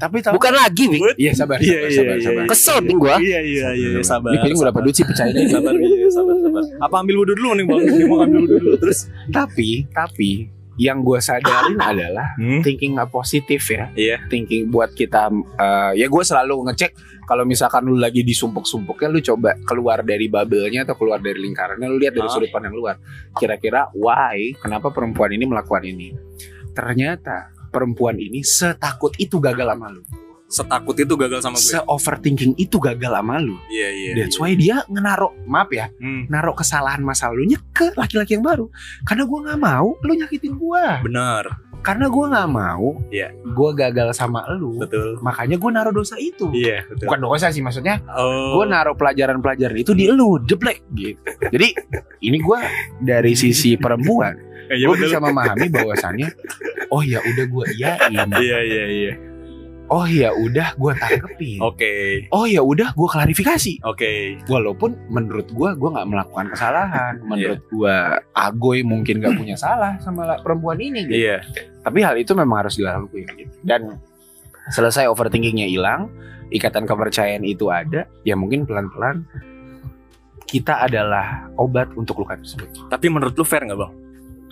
S3: tapi tahu
S1: bukan lagi Wi.
S2: good.
S3: Iya sabar,
S2: Iya,
S3: sabar,
S2: iya,
S3: sabar,
S2: iya,
S3: sabar.
S2: iya.
S1: kesel ping gua
S2: Iya iya iya iya, sabar.
S3: Ini paling udah
S2: sabar.
S3: duit sih percaya deh.
S2: Sabar, iya, sabar, sabar. Apa ambil wudhu dulu nih bang? Dia mau ambil wudhu dulu terus.
S3: tapi, tapi yang gue sadarin adalah
S2: Hmm.
S3: thinking nggak positif ya.
S2: Iya.
S3: Thinking buat kita, eh, ya gue selalu ngecek kalau misalkan lu lagi disumpuk-sumpuknya, lu coba keluar dari bubble-nya atau keluar dari lingkarannya, lu lihat dari
S2: Ah.
S3: sudut pandang luar. Kira-kira why? Kenapa perempuan ini melakukan ini? Ternyata perempuan ini setakut itu gagal sama lu,
S2: Setakut itu gagal sama gue.
S3: se overthinking itu gagal sama lu.
S2: Iya iya.
S3: That's
S2: iya.
S3: why dia ngenaro, maaf ya,
S2: Hmm.
S3: naruh kesalahan masa lalunya ke laki-laki yang baru karena gua nggak mau lu nyakitin gua
S2: Benar.
S3: karena gua nggak mau
S2: Iya.
S3: gua gagal sama lu
S2: Betul.
S3: makanya gua naruh dosa itu
S2: Iya betul.
S3: bukan dosa sih maksudnya
S2: Oh.
S3: gua naruh pelajaran-pelajaran itu di lu jeblek gitu jadi ini gua dari sisi perempuan
S2: Eh, iya,
S3: gua
S2: betul.
S3: bisa memahami bahwasannya oh ya udah gua iyain
S2: Iya iya iya.
S3: oh ya udah gua tanggepin
S2: Oke
S3: oh ya udah gua klarifikasi
S2: oke.
S3: walaupun menurut gua gua nggak melakukan kesalahan menurut gua agoy mungkin nggak punya salah sama la- perempuan ini gitu.
S2: Iya.
S3: tapi hal itu memang harus dilakuin gitu. dan selesai overthinkingnya hilang ikatan kepercayaan itu ada ya mungkin pelan-pelan kita adalah obat untuk luka tersebut
S2: Tapi menurut lu fair nggak bang?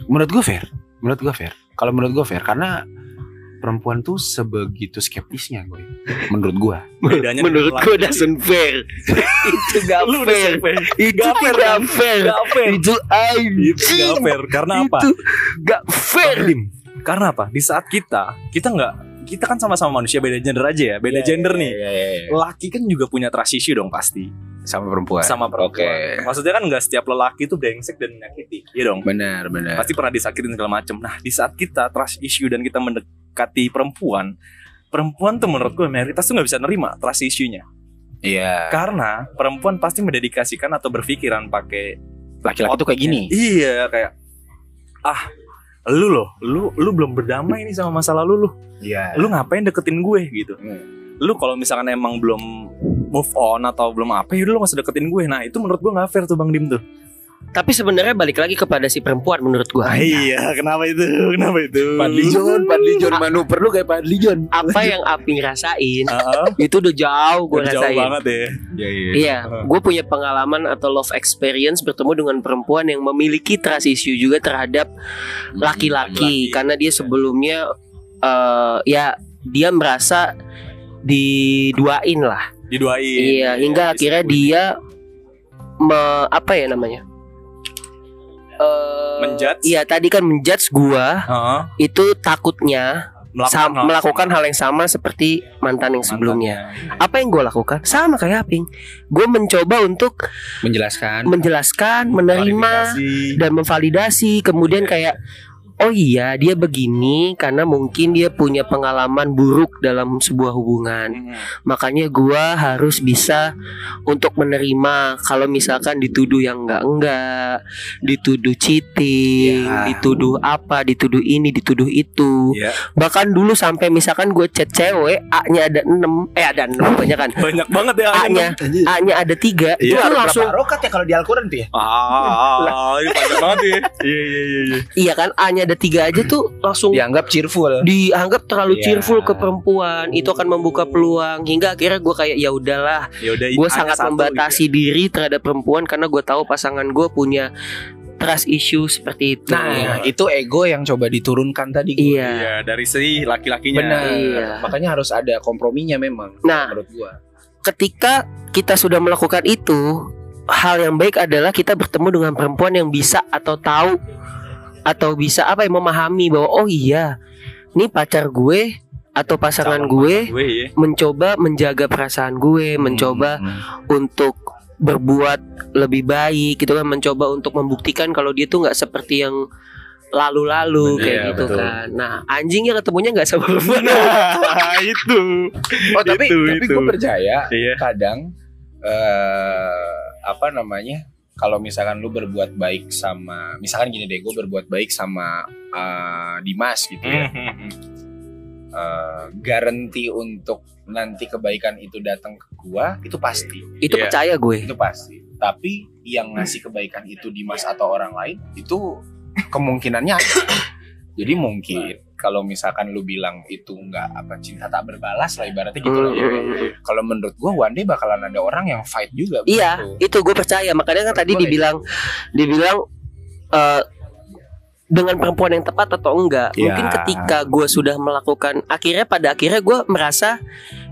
S3: menurut gua fair menurut gua fair kalau menurut gua fair karena perempuan tuh sebegitu skeptisnya gue menurut gua
S2: Bedanya
S1: menurut
S2: dengan
S1: gua
S2: laki.
S1: doesn't fair itu gak
S2: Lu udah
S1: fair
S2: fair.
S1: itu
S2: Gak fair,
S1: tidak
S2: Bang.
S1: fair
S2: Gak fair.
S1: itu
S2: Itu gak
S1: anjing
S2: fair karena apa?
S1: itu gak fair
S2: Bang Dim, karena apa? Di saat kita kita nggak kita kan sama-sama manusia beda gender aja ya, beda
S3: Iya,
S2: gender
S3: iya,
S2: nih.
S3: iya, iya, iya.
S2: Laki kan juga punya trust issue dong pasti
S3: Sama perempuan.
S2: sama perempuan.
S3: Oke.
S2: Maksudnya kan nggak setiap lelaki tuh brengsek dan menyakiti, ya dong.
S3: Benar, benar.
S2: Pasti pernah disakitin segala macam. Nah di saat kita trust issue dan kita mendekati perempuan, perempuan tuh menurut gue mayoritas tuh nggak bisa nerima trust issue-nya.
S3: Iya.
S2: Karena perempuan pasti mendedikasikan atau berpikiran pakai
S3: Laki-laki tuh kayak gini.
S2: iya kayak ah lu loh, lu lu belum berdamai nih sama masa lalu lu.
S3: Iya.
S2: Lu ngapain deketin gue gitu.
S3: Hmm.
S2: Lu kalau misalkan emang belum move on atau belum apa yaudah lu gak usah deketin gue. Nah, itu menurut gue nggak fair tuh Bang Dim tuh.
S1: Tapi sebenarnya balik lagi kepada si perempuan menurut gua.
S2: iya, kenapa itu? Kenapa itu?
S3: Padli John, Padli John manuver lu kayak Padli John.
S1: Apa yang Api ngerasain
S2: Heeh,
S1: itu udah jauh gue
S2: udah jauh
S1: rasain.
S2: banget ya.
S3: Iya,
S1: Iya, gue punya pengalaman atau love experience bertemu dengan perempuan yang memiliki trust issue juga terhadap
S2: Hmm, iya.
S1: laki-laki karena dia sebelumnya eh, ya dia merasa diduain lah.
S2: Diduain.
S1: Iya, hingga akhirnya dia me- apa ya namanya? Eh,
S2: Menjudge?
S1: Iya, tadi kan menjudge gua
S2: Heeh,
S1: itu takutnya sam- melakukan, hal
S2: hal-
S1: yang sama seperti mantan yang
S2: Mantannya.
S1: sebelumnya. Apa yang gue lakukan? Sama kayak Aping. Gue mencoba untuk
S3: Menjelaskan.
S1: menjelaskan, menerima
S2: Klarifikasi.
S1: dan memvalidasi. Kemudian kayak oh iya dia begini karena mungkin dia punya pengalaman buruk dalam sebuah hubungan.
S2: Mm.
S1: Makanya gua harus bisa untuk menerima kalau misalkan dituduh yang enggak-enggak, dituduh cheating,
S3: Ya.
S1: dituduh apa, dituduh ini, dituduh itu.
S2: Iya.
S1: Bahkan dulu sampai misalkan gue chat cewek A-nya ada 6, eh ada 6 banyak kan.
S2: Banyak banget ya
S1: A-nya A-nya ada 3, itu
S2: Iya.
S1: lu langsung
S3: rokat ya kalau di Al-Qur'an tuh ya?
S2: Ah, ini panjang banget ya. Iya iya iya. iya.
S1: Iya kan A-nya ada tiga aja tuh langsung
S3: Dianggap cheerful.
S1: dianggap terlalu
S3: Iya.
S1: cheerful ke perempuan itu akan membuka peluang hingga akhirnya gue kayak ya udahlah
S2: Ya udah.
S1: gue
S2: hanya
S1: sangat
S2: satu gitu ya.
S1: membatasi diri terhadap perempuan karena gue tahu pasangan gue punya trust issue seperti itu
S3: Nah, itu ego yang coba diturunkan tadi. Gu.
S2: Gitu.
S1: iya
S2: Iya dari si laki-lakinya.
S3: Benar.
S1: Iya.
S3: Makanya harus ada komprominya memang.
S1: Nah.
S3: menurut gua.
S1: ketika kita sudah melakukan itu hal yang baik adalah kita bertemu dengan perempuan yang bisa atau tahu atau bisa apa ya memahami bahwa oh iya ini pacar gue atau pasangan
S2: Calon
S1: gue
S2: Gue ya.
S1: mencoba menjaga perasaan gue, mencoba untuk berbuat lebih baik gitu kan, mencoba untuk membuktikan kalau dia tuh nggak seperti yang lalu-lalu
S3: Bener,
S1: kayak
S3: iya,
S1: gitu
S3: betul.
S1: kan. Nah, anjingnya ketemunya nggak sama perempuan.
S2: Nah, itu.
S3: Oh, tapi
S2: Itu,
S3: tapi
S2: itu.
S3: gua percaya
S2: Iya.
S3: kadang eh apa namanya? Kalau misalkan lu berbuat baik sama misalkan gini deh, gua berbuat baik sama eh, Dimas gitu ya. Eh, garanti untuk nanti kebaikan itu datang ke gua itu pasti.
S1: Itu
S2: Iya.
S1: percaya gue.
S3: itu pasti tapi yang ngasih kebaikan itu Dimas atau orang lain itu kemungkinannya ada. jadi mungkin kalau misalkan lu bilang itu nggak apa cinta tak berbalas lah ibaratnya gitu lah
S1: Hmm.
S3: ya. kalau menurut gua one day bakalan ada orang yang fight juga
S1: Iya,
S3: begitu.
S1: itu gue percaya. Makanya kan tadi
S3: Boleh.
S1: dibilang dibilang eh, dengan perempuan yang tepat atau enggak.
S3: Iya.
S1: Mungkin ketika gue sudah melakukan akhirnya pada akhirnya gue merasa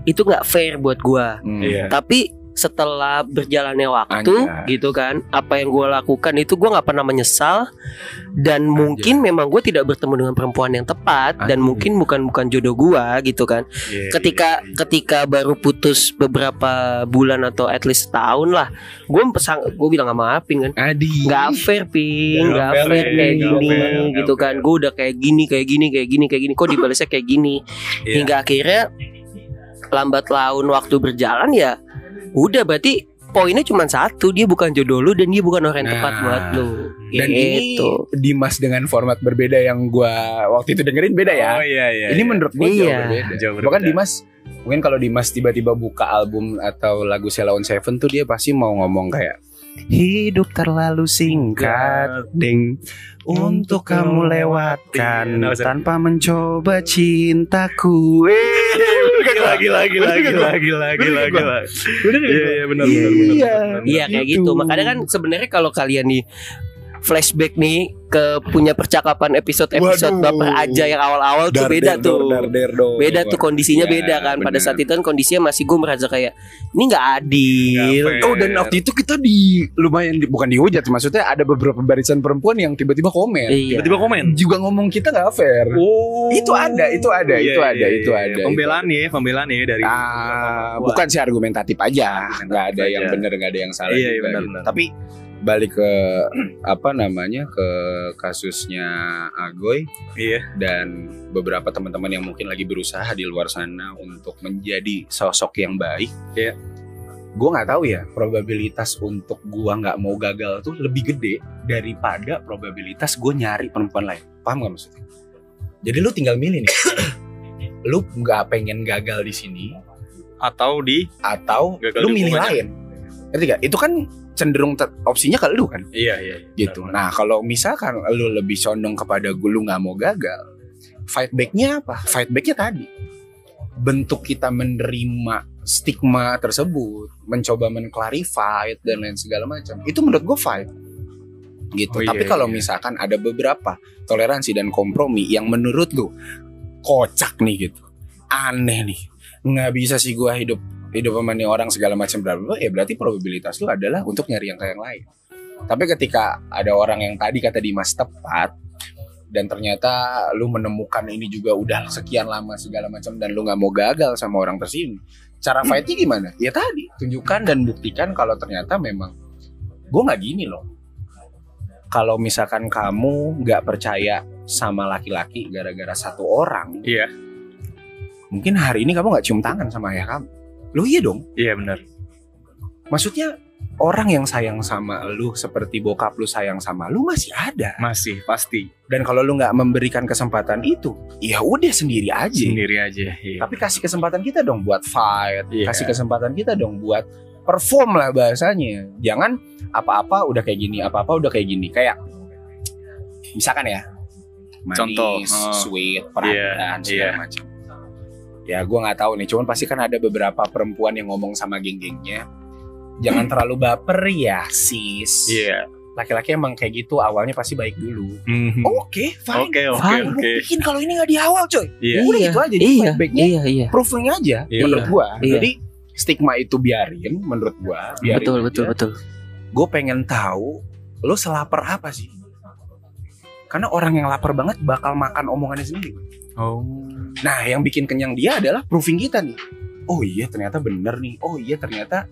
S1: itu nggak fair buat gue.
S3: Hmm.
S2: Iya.
S1: tapi setelah berjalannya waktu
S3: Anjay.
S1: gitu kan apa yang gue lakukan itu gue nggak pernah menyesal dan mungkin memang gue tidak bertemu dengan perempuan yang tepat dan
S3: Anjay.
S1: mungkin bukan bukan jodoh gue gitu kan
S2: Iya,
S1: ketika
S2: iya,
S1: ketika baru putus beberapa bulan atau at least setahun lah gue pesang gue bilang sama Apin kan
S3: Adi
S1: nggak fair ping
S2: Nggak
S1: nggak
S2: fair,
S1: fair kayak
S2: nggak
S1: gini
S2: fair, nggak
S1: gitu kan
S2: fair.
S1: gue udah kayak gini kayak gini kayak gini kayak gini kok dibalasnya kayak gini
S2: Iya.
S1: hingga akhirnya lambat laun waktu berjalan ya udah berarti poinnya cuma satu dia bukan jodoh lu dan dia bukan orang yang
S3: Nah,
S1: tepat buat lu
S3: dan ini
S1: Gitu.
S3: Dimas dengan format berbeda yang gua waktu itu dengerin beda
S2: Oh
S3: ya
S2: iya iya.
S3: ini menurut gua jauh
S1: Iya.
S3: berbeda
S2: Jauh
S3: Bahkan
S2: berbeda.
S3: Dimas mungkin kalau Dimas tiba-tiba buka album atau lagu Sheila on Seven tuh dia pasti mau ngomong kayak hidup terlalu singkat ding Iya. untuk kamu
S2: Iya,
S3: lewatkan
S2: nggak usah.
S3: tanpa mencoba cintaku.
S2: Gila gila gila gila gila gila gila. Iya iya benar benar benar.
S3: Iya.
S2: benar.
S1: Iya kayak
S3: gitu.
S1: gitu. Makanya kan sebenarnya kalau kalian nih flashback nih ke punya percakapan
S4: Waduh.
S1: episode-episode baper aja yang awal-awal
S4: Dar,
S1: tuh beda
S4: der,
S1: tuh.
S4: dor, dar, der,
S2: Iya. Gitu.
S4: dor.
S1: beda tuh kondisinya
S3: Ya,
S1: beda kan pada
S3: benar.
S1: saat itu kan kondisinya masih gue merasa kayak ini nggak adil
S2: Nggak fair.
S3: Oh dan waktu itu kita di lumayan di- bukan dihujat maksudnya ada beberapa barisan perempuan yang tiba-tiba komen
S1: iya
S2: Tiba-tiba komen.
S3: juga ngomong kita nggak fair.
S2: Oh. Iya,
S3: Itu ada, itu ada, itu ada, itu ada,
S2: Pembelaan ya, pembelaan ya dari
S3: Ah, bukan sih argumentatif aja, nggak ada
S2: aja.
S3: yang benar nggak ada yang salah.
S2: Iya, iya,
S3: juga
S2: benar,
S3: gitu.
S2: benar.
S3: Tapi balik ke apa namanya ke kasusnya Agoy
S2: Iya.
S3: dan beberapa teman-teman yang mungkin lagi berusaha di luar sana untuk menjadi sosok yang baik.
S2: Iya.
S3: Gue nggak tahu ya probabilitas untuk gua nggak mau gagal tuh lebih gede daripada probabilitas gue nyari perempuan lain. Paham gak maksudnya? Jadi lu tinggal milih nih. lu nggak pengen gagal di sini,
S2: atau di
S3: atau
S2: Gagal
S3: lu milih
S2: dukungannya.
S3: lain. Ngerti gak? Itu kan cenderung ter- opsinya ke lu kan
S2: iya iya
S3: gitu. Nah, kalau misalkan lu lebih condong kepada gue lu nggak mau gagal, fight back-nya apa? Fight back-nya tadi. Bentuk kita menerima stigma tersebut, mencoba menclarify dan lain segala macam. Itu menurut gue fight
S2: Oh,
S3: gitu.
S2: iya,
S3: Tapi kalau
S2: iya.
S3: misalkan ada beberapa toleransi dan kompromi yang menurut lu kocak nih gitu. Aneh nih. Nggak bisa sih gua hidup hidup sama nih orang segala macam bla bla bla, ya berarti probabilitas lu adalah untuk nyari yang kayak yang lain. Tapi ketika ada orang yang tadi kata Dimas tepat dan ternyata lu menemukan ini juga udah sekian lama segala macam dan lu nggak mau gagal sama orang tersini. Cara fightnya gimana? Ya tadi tunjukkan dan buktikan kalau ternyata memang gue nggak gini loh kalau misalkan kamu nggak percaya sama laki-laki gara-gara satu orang,
S2: Iya.
S3: mungkin hari ini kamu nggak cium tangan sama ayah kamu. Lu iya dong.
S2: iya benar
S3: Maksudnya orang yang sayang sama lu seperti bokap lu sayang sama lu masih ada.
S2: masih pasti
S3: Dan kalau lu nggak memberikan kesempatan itu, ya udah sendiri aja.
S2: sendiri aja iya.
S3: Tapi kasih kesempatan kita dong buat fight,
S2: Iya.
S3: kasih kesempatan kita dong buat perform lah bahasanya. Jangan apa-apa udah kayak gini, apa-apa udah kayak gini. Kayak misalkan ya, manis,
S2: Contoh, oh.
S3: sweet, perhatian,
S2: Iya,
S3: segala
S2: iya.
S3: macam. Ya gue nggak tahu nih, cuman pasti kan ada beberapa perempuan yang ngomong sama geng-gengnya. Jangan terlalu baper ya sis.
S2: iya
S3: Laki-laki emang kayak gitu awalnya pasti baik dulu.
S2: Mhm.
S3: Oke, Oh, fine.
S2: oke oke
S1: Fine.
S2: oke
S3: Bikin kalau ini nggak di awal coy.
S2: iya
S3: Udah gitu aja, jadi
S1: iya
S3: feedbacknya
S1: iya iya
S3: proofing aja
S2: Iya.
S3: menurut gua.
S1: Iya.
S3: Jadi stigma itu biarin menurut gua.
S1: betul betul betul
S3: Gue pengen tahu lo selaper apa sih? Karena orang yang lapar banget bakal makan omongannya sendiri.
S2: oh
S3: Nah, yang bikin kenyang dia adalah proofing kita nih. Oh iya ternyata bener nih. Oh iya ternyata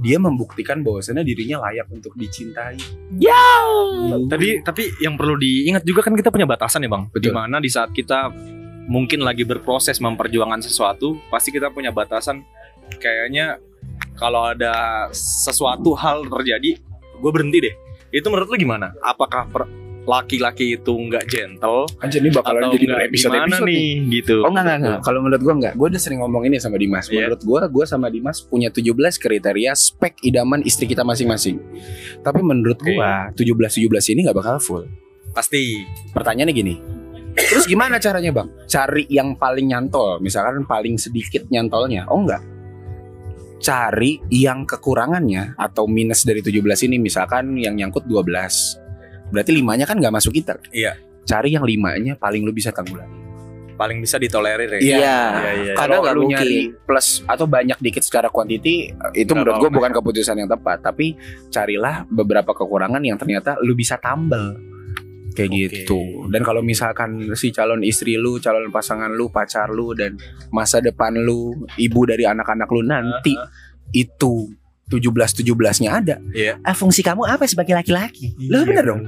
S3: dia membuktikan bahwasannya dirinya layak untuk dicintai.
S2: Tadi tapi yang perlu diingat juga kan kita punya batasan ya bang.
S3: Betul.
S2: Dimana di saat kita mungkin lagi berproses memperjuangkan sesuatu, pasti kita punya batasan. Kayaknya kalau ada sesuatu hal terjadi, gue berhenti deh. Itu menurut lu gimana? Apakah per- laki-laki itu nggak gentle
S3: Anjir ini
S2: atau
S3: Kan bakalan
S2: nggak
S3: jadi
S2: gimana
S3: episode-episode
S2: nih gitu?
S3: Oh enggak enggak, enggak. Kalau menurut gua enggak. Gua udah sering ngomong ini sama Dimas.
S2: Iya.
S3: Menurut gua gua sama Dimas punya 17 kriteria spek idaman istri kita masing-masing. Tapi menurut gua 17 17 ini nggak bakal full.
S2: Pasti.
S3: Pertanyaannya gini. Terus gimana caranya, Bang? Cari yang paling nyantol, misalkan paling sedikit nyantolnya. Oh enggak. Cari yang kekurangannya atau minus dari 17 ini misalkan yang nyangkut 12. Berarti limanya kan nggak masuk kita.
S2: Iya.
S3: Cari yang limanya paling lu bisa tanggulangi.
S2: Paling bisa ditolerir ya.
S1: Iya.
S2: Iya, iya.
S1: Karena
S3: Kalau
S1: nggak
S3: lu
S1: mungkin.
S3: nyari plus atau banyak dikit secara quantity itu
S2: Nggak
S3: menurut gue
S2: apa-apa.
S3: bukan keputusan yang tepat tapi carilah beberapa kekurangan yang ternyata lu bisa tambal kayak
S2: Oke.
S3: gitu dan kalau misalkan si calon istri lu calon pasangan lu pacar lu dan masa depan lu ibu dari anak-anak lu nanti itu 17 17-nya ada.
S2: Iya.
S3: Ah, fungsi kamu apa sebagai laki-laki? Lu bener dong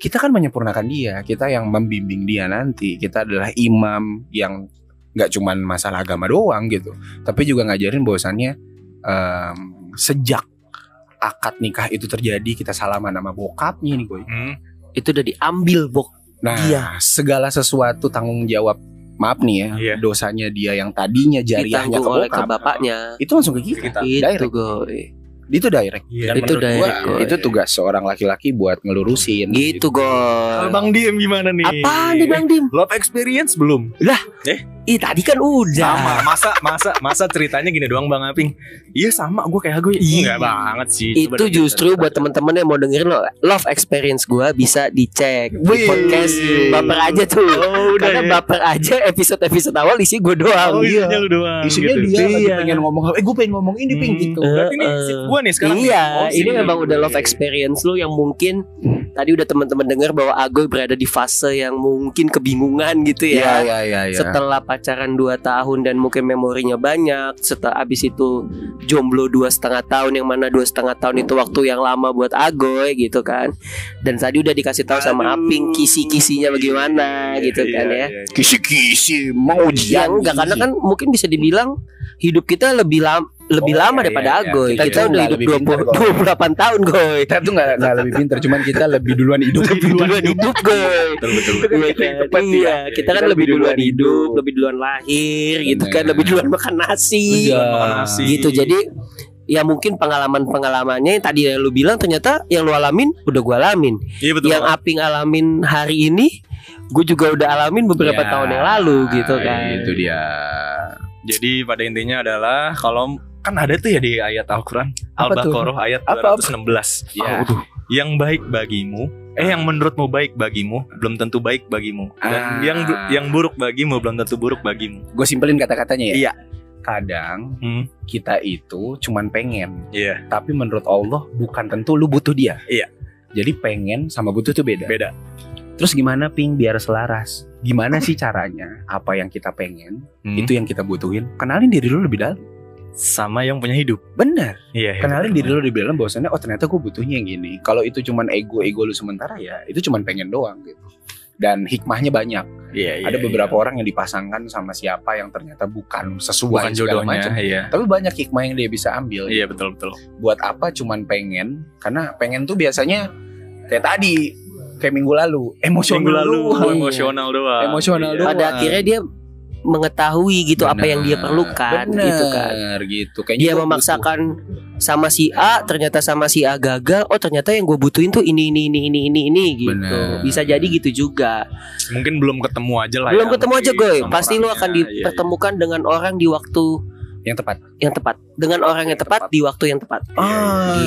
S3: kita kan menyempurnakan dia, kita yang membimbing dia nanti, kita adalah imam yang nggak cuman masalah agama doang gitu, tapi juga ngajarin bahwasannya em, sejak akad nikah itu terjadi kita salaman sama bokapnya nih boy.
S2: Hmm.
S1: itu udah diambil bok
S3: Nah
S1: Iya.
S3: segala sesuatu tanggung jawab maaf nih ya
S2: Iya.
S3: dosanya dia yang tadinya
S1: ditanggung
S3: jariahnya ke
S1: oleh ke
S3: bokap
S1: bapaknya
S3: itu langsung ke
S2: Kita.
S3: kita,
S1: itu
S3: direct.
S1: goy
S3: itu iya. direct.
S2: Iya,
S1: Itu
S2: menurut
S1: direct.
S2: gua-
S3: Wah, itu tugas seorang laki-laki buat ngelurusin.
S1: gitu goy
S2: Bang Diem gimana nih? Iya.
S1: apaan nih bang Dim
S2: Love experience belum?
S1: Lah.
S2: eh
S1: Ih tadi kan
S2: sama
S1: udah.
S2: masa masa masa ceritanya gini doang bang Aping iya sama gue kayak gue
S1: Iya.
S2: enggak banget sih
S1: Itu justru buat teman-teman yang mau dengerin lo love experience gua bisa dicek di
S2: Wih.
S1: podcast baper aja tuh.
S2: oh, udah
S1: Karena
S2: ya.
S1: baper aja episode-episode awal isi gua doang.
S2: oh,
S3: iya.
S2: iya. lu doang
S3: Isinya
S2: gitu.
S3: dia lagi
S1: Iya.
S3: pengen ngomong apa, eh gue pengen ngomong ini ping
S2: Hmm.
S3: gitu.
S1: Eh,
S2: berarti ini
S1: eh.
S2: sip gue nih
S1: iya,
S2: sekarang nih. Oh,
S1: ini
S2: sip
S1: memang
S2: gue.
S1: udah love experience lu yang mungkin tadi udah teman-teman dengar bahwa Agoy berada di fase yang mungkin kebingungan gitu ya.
S3: iya, iya. iya.
S1: setelah pacaran 2 tahun dan mungkin memorinya banyak setelah abis itu jomblo dua setengah tahun yang mana dua setengah tahun itu waktu yang lama buat agoy gitu kan dan tadi udah dikasih tahu sama
S2: Aduh.
S1: Aping kisi-kisinya bagaimana
S2: Iya,
S1: gitu
S2: iya,
S1: kan ya
S2: iya, iya.
S3: Kisi-kisi mau
S1: ya
S3: ujian.
S1: enggak karena kan mungkin bisa dibilang hidup kita lebih lama lebih
S2: Oh,
S1: lama
S2: iya,
S1: daripada
S2: iya, iya.
S1: agoy
S3: Kita
S1: kita,
S3: juga
S1: udah
S3: nggak
S1: hidup
S3: lebih
S1: 20,
S3: pintar, Goy.
S1: 28 tahun goy
S3: kita tuh nggak nggak lebih pinter, cuman kita lebih duluan hidup.
S1: lebih duluan hidup goy
S2: betul betul
S1: Iya, kan? Iya, kita kan lebih duluan hidup, lebih duluan lahir gitu kan,
S3: Bener.
S1: lebih duluan makan nasi.
S3: Iya.
S2: Nasi.
S1: gitu jadi ya mungkin pengalaman pengalamannya yang tadi lu bilang ternyata yang lu alamin udah gua alamin
S2: iya betul
S1: yang aping alamin hari ini gue juga udah alamin beberapa
S3: Ya,
S1: tahun yang lalu gitu kan
S3: Iya, Itu dia.
S2: jadi pada intinya adalah kalau kan ada tuh ya di ayat Al-Qur'an
S3: Apa tuh?
S2: Al-Baqarah ayat
S3: Apa?
S2: 216 ya
S3: Oh, tuh.
S2: yang baik bagimu eh yang menurutmu baik bagimu belum tentu baik bagimu
S3: Ah.
S2: dan yang bu- yang buruk bagimu belum tentu buruk bagimu
S3: Gue simpelin kata-katanya ya.
S2: Iya.
S3: Kadang
S2: Hmm,
S3: kita itu cuman pengen,
S2: iya
S3: tapi menurut Allah bukan tentu lu butuh dia.
S2: Iya.
S3: Jadi pengen sama butuh tuh beda.
S2: beda
S3: Terus gimana ping biar selaras? Gimana sih caranya? Apa yang kita pengen,
S2: Hmm.
S3: itu yang kita butuhin. Kenalin diri lu lebih dalam.
S2: sama yang punya hidup
S3: Bener.
S2: iya iya,
S3: Kenalin
S2: betul.
S3: diri lu lebih dalam bahwasannya oh ternyata gue butuhnya yang gini. Kalau itu cuman ego-ego lu sementara ya, itu cuman pengen doang gitu. Dan hikmahnya banyak.
S2: iya, iya, iya.
S3: Ada beberapa orang yang dipasangkan sama siapa yang ternyata bukan sesuai
S2: bukan
S3: segala
S2: jodohnya
S3: macam.
S2: iya
S3: Tapi banyak hikmah yang dia bisa ambil.
S2: iya betul betul
S3: Buat apa cuman pengen? Karena pengen tuh biasanya kayak tadi kayak minggu lalu emosional
S2: minggu lalu
S1: doang.
S2: emosional doang
S3: Emosional
S2: Iya.
S3: doang.
S1: pada akhirnya dia mengetahui gitu apa yang dia perlukan
S3: Bener,
S1: gitu kan
S3: gitu. Kayaknya
S1: dia
S3: gua
S1: memaksakan sama si A ternyata sama si A gagal oh ternyata yang gue butuhin tuh ini ini ini ini ini ini gitu
S3: Bener.
S1: bisa jadi gitu juga
S2: mungkin belum ketemu aja lah
S1: belum
S2: ya,
S1: ketemu aja
S2: mungkin
S1: gue
S2: sama
S1: pasti lu
S2: orangnya.
S1: akan
S2: Iya, iya.
S1: dipertemukan dengan orang di waktu
S3: butuh yang tepat.
S1: yang tepat dengan orang yang tepat di waktu yang tepat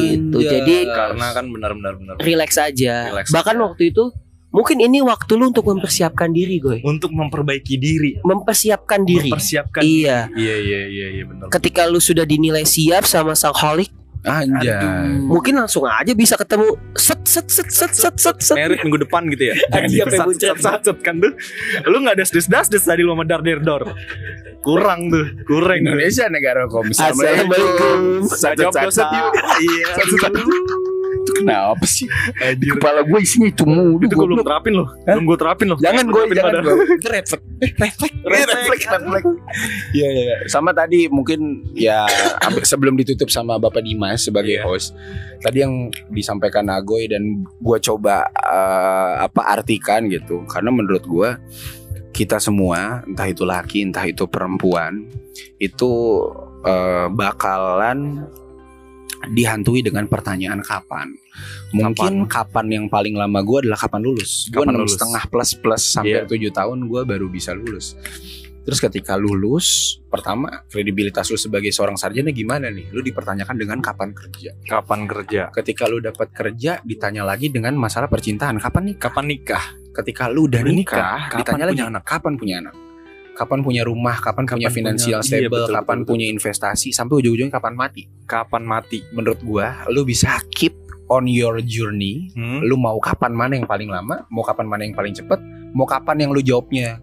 S1: gitu
S3: Anjas.
S1: jadi
S2: karena kan benar-benar benar
S1: relax aja
S2: Relax
S1: bahkan
S2: aja.
S1: waktu itu mungkin ini waktu lu untuk mempersiapkan diri gue
S2: untuk memperbaiki diri
S1: mempersiapkan diri
S2: mempersiapkan
S1: iya
S2: iya iya iya iya benar
S1: ketika lu sudah dinilai siap sama sang holik
S3: Anjay.
S1: mungkin langsung aja bisa ketemu set set set set set set set
S3: Iya.
S2: merit minggu depan gitu ya
S1: Anjing, sampai buncit.
S2: sacet kan tuh lu nggak des des das des tadi lu sama dar der dor kurang tuh kurang tuh.
S3: Indonesia negara komis.
S1: Assalamualaikum.
S2: Nggak jawab dosen yuk. iya
S3: Itu kenapa sih?
S2: Anjir.
S3: Kepala gue isinya itu mulu.
S2: itu gue belum
S3: goblok.
S2: terapin loh belum gue terapin loh
S3: Jangan gue,
S2: Terapin
S3: jangan
S2: pada-
S3: gue. Itu refleks. Refleks. Refleks. Refleks. Iya, iya. iya. Sama tadi mungkin ya ab- sebelum ditutup sama Bapak Dimas sebagai
S2: Iya.
S3: host. Tadi yang disampaikan Agoy dan gue coba eh, apa artikan gitu. Karena menurut gue kita semua entah itu laki entah itu perempuan itu eh, bakalan dihantui dengan pertanyaan kapan mungkin kapan, yang paling lama gue adalah kapan lulus gue
S2: Kapan
S3: enam
S2: lulus?
S3: setengah plus plus sampai
S2: Iya.
S3: tujuh tahun gue baru bisa lulus terus ketika lulus pertama kredibilitas lu sebagai seorang sarjana gimana nih lu dipertanyakan dengan kapan kerja
S2: kapan kerja
S3: ketika lu dapat kerja ditanya lagi dengan masalah percintaan kapan nikah
S2: kapan nikah
S3: ketika lu udah
S2: Udah
S3: nikah,
S2: nikah, kapan
S3: ditanya lagi
S2: punya anak?
S3: kapan punya anak kapan punya rumah kapan,
S2: Kapan
S3: punya
S2: punya-
S3: financial
S2: iya,
S3: stable
S2: betul,
S3: kapan
S2: betul,
S3: punya investasi sampai ujung-ujungnya kapan mati
S2: kapan mati
S3: menurut gua lu bisa keep on your journey
S2: Hmm?
S3: lu mau kapan mana yang paling lama mau kapan mana yang paling cepet mau kapan yang lu jawabnya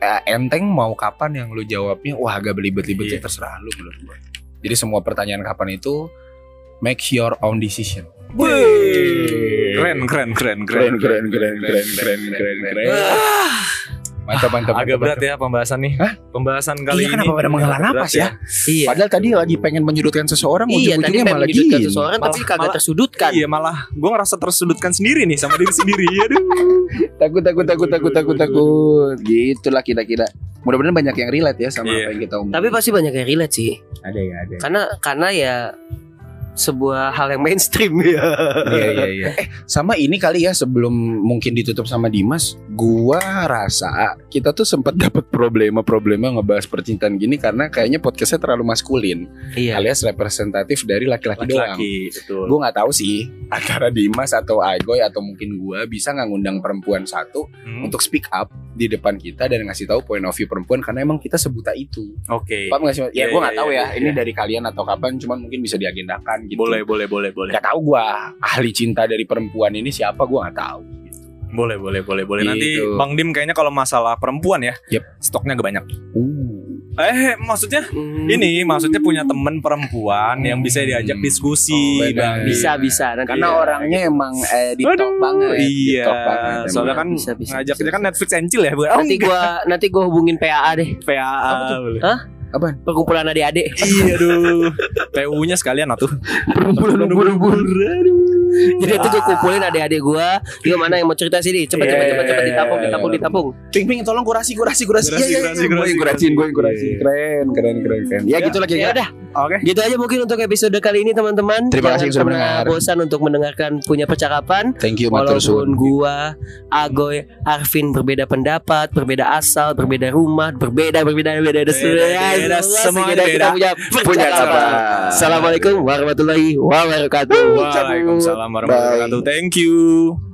S3: eh, enteng mau kapan yang lu jawabnya wah agak belibet-libet
S2: Iya.
S3: ya terserah lu menurut gua jadi semua pertanyaan kapan itu make your own decision
S2: Wih. keren keren keren keren
S3: keren keren keren keren keren keren mantap mantap
S2: agak
S3: mantap,
S2: berat
S3: mantap.
S2: ya pembahasan nih
S3: Hah?
S2: pembahasan kali
S3: Iya,
S2: ini
S3: kenapa pada menghela
S2: Berat
S3: napas ya?
S1: iya
S3: padahal tadi lagi pengen menyudutkan seseorang
S1: iya tadi
S3: ujung-ujungnya
S1: pengen
S3: malah
S1: menyudutkan
S3: gini.
S1: seseorang tapi
S2: Malah-
S1: kagak
S2: malah-
S3: Kan.
S1: tersudutkan
S2: Iya malah gue ngerasa tersudutkan sendiri nih sama diri sendiri Iya, Aduh
S3: takut takut takut takut takut takut gitulah kira-kira mudah-mudahan banyak yang relate ya sama
S2: Iya.
S3: apa yang kita omongin ya.
S1: tapi pasti banyak yang relate sih
S3: ada ya ada
S1: karena karena ya sebuah hal yang mainstream ya.
S3: Iya iya iya. Eh, sama ini kali ya sebelum mungkin ditutup sama Dimas, gua rasa kita tuh sempat dapat problema-problema ngebahas percintaan gini karena kayaknya podcastnya terlalu maskulin,
S1: Iya.
S3: alias representatif dari laki-laki doang.
S2: laki-laki betul
S3: Gue nggak tahu sih antara Dimas atau Agoy atau mungkin gua bisa nggak ngundang perempuan satu
S2: Hmm,
S3: untuk speak up di depan kita dan ngasih tahu point of view perempuan karena emang kita sebuta itu.
S2: oke
S3: Paham nggak sih?
S2: Iya,
S3: Ya gue nggak
S2: iya,
S3: tahu
S2: iya,
S3: ya.
S2: iya.
S3: Ini dari kalian atau kapan? Cuman mungkin bisa diagendakan gitu.
S2: boleh boleh boleh boleh
S3: Gak tahu gua ahli cinta dari perempuan ini siapa gua nggak tahu.
S2: boleh boleh boleh boleh nanti
S3: Gitu.
S2: bang dim kayaknya kalau masalah perempuan ya
S3: Yep.
S2: stoknya gak banyak
S3: Uh,
S2: eh maksudnya
S1: Hmm.
S2: ini maksudnya punya temen perempuan yang bisa diajak
S3: Hmm.
S2: diskusi
S3: Oh, benar.
S2: bang
S1: bisa bisa Nah, nanti
S3: karena
S2: Iya,
S3: orangnya emang eh, di
S2: Aduh,
S3: top banget. Di
S2: Iya.
S3: top banget emang.
S2: Soalnya kan
S1: Bisa, bisa,
S2: ngajaknya
S1: bisa,
S2: kan Netflix and chill ya, bukan? Oh,
S1: nanti gua nanti gua hubungin PAA deh
S2: PAA. boleh.
S3: Apaan?
S1: perkumpulan adik-adik
S2: Iya aduh. PU-nya sekalian atuh.
S1: perkumpulan ubur-ubur jadi itu gua kumpulin adik-adik gua dia mana yang mau cerita sini cepet cepet
S2: Yeah.
S1: cepet cepet ditapung ditapung ditapung
S3: Ping ping tolong kurasi kurasi kurasi.
S2: Kurasi,
S3: Iya, iya,
S2: kurasi,
S3: iya.
S2: kurasi,
S3: Gua yang
S2: kurasi.
S3: kurasiin, gua yang kurasiin.
S2: Iya.
S3: Keren keren keren keren. Ya,
S2: Ya,
S3: gitu lah
S1: ya
S3: kira-kira.
S1: udah
S2: Oke.
S1: gitu aja mungkin untuk episode kali ini teman-teman
S3: Terima kasih
S1: Jangan
S3: sudah
S1: pernah
S3: mendengar.
S1: bosan untuk mendengarkan punya percakapan
S3: Thank you matur
S1: Walaupun
S3: suwun.
S1: gua, Agoy, Arvin berbeda pendapat, berbeda asal, berbeda rumah, berbeda berbeda berbeda, berbeda,
S2: beda,
S1: semua
S2: semuanya
S1: kita
S2: beda.
S1: punya
S3: Punya
S1: percakapan.
S3: apa?
S1: Assalamualaikum warahmatullahi wabarakatuh.
S2: Waalaikumsalam warahmatullahi wabarakatuh. Thank you.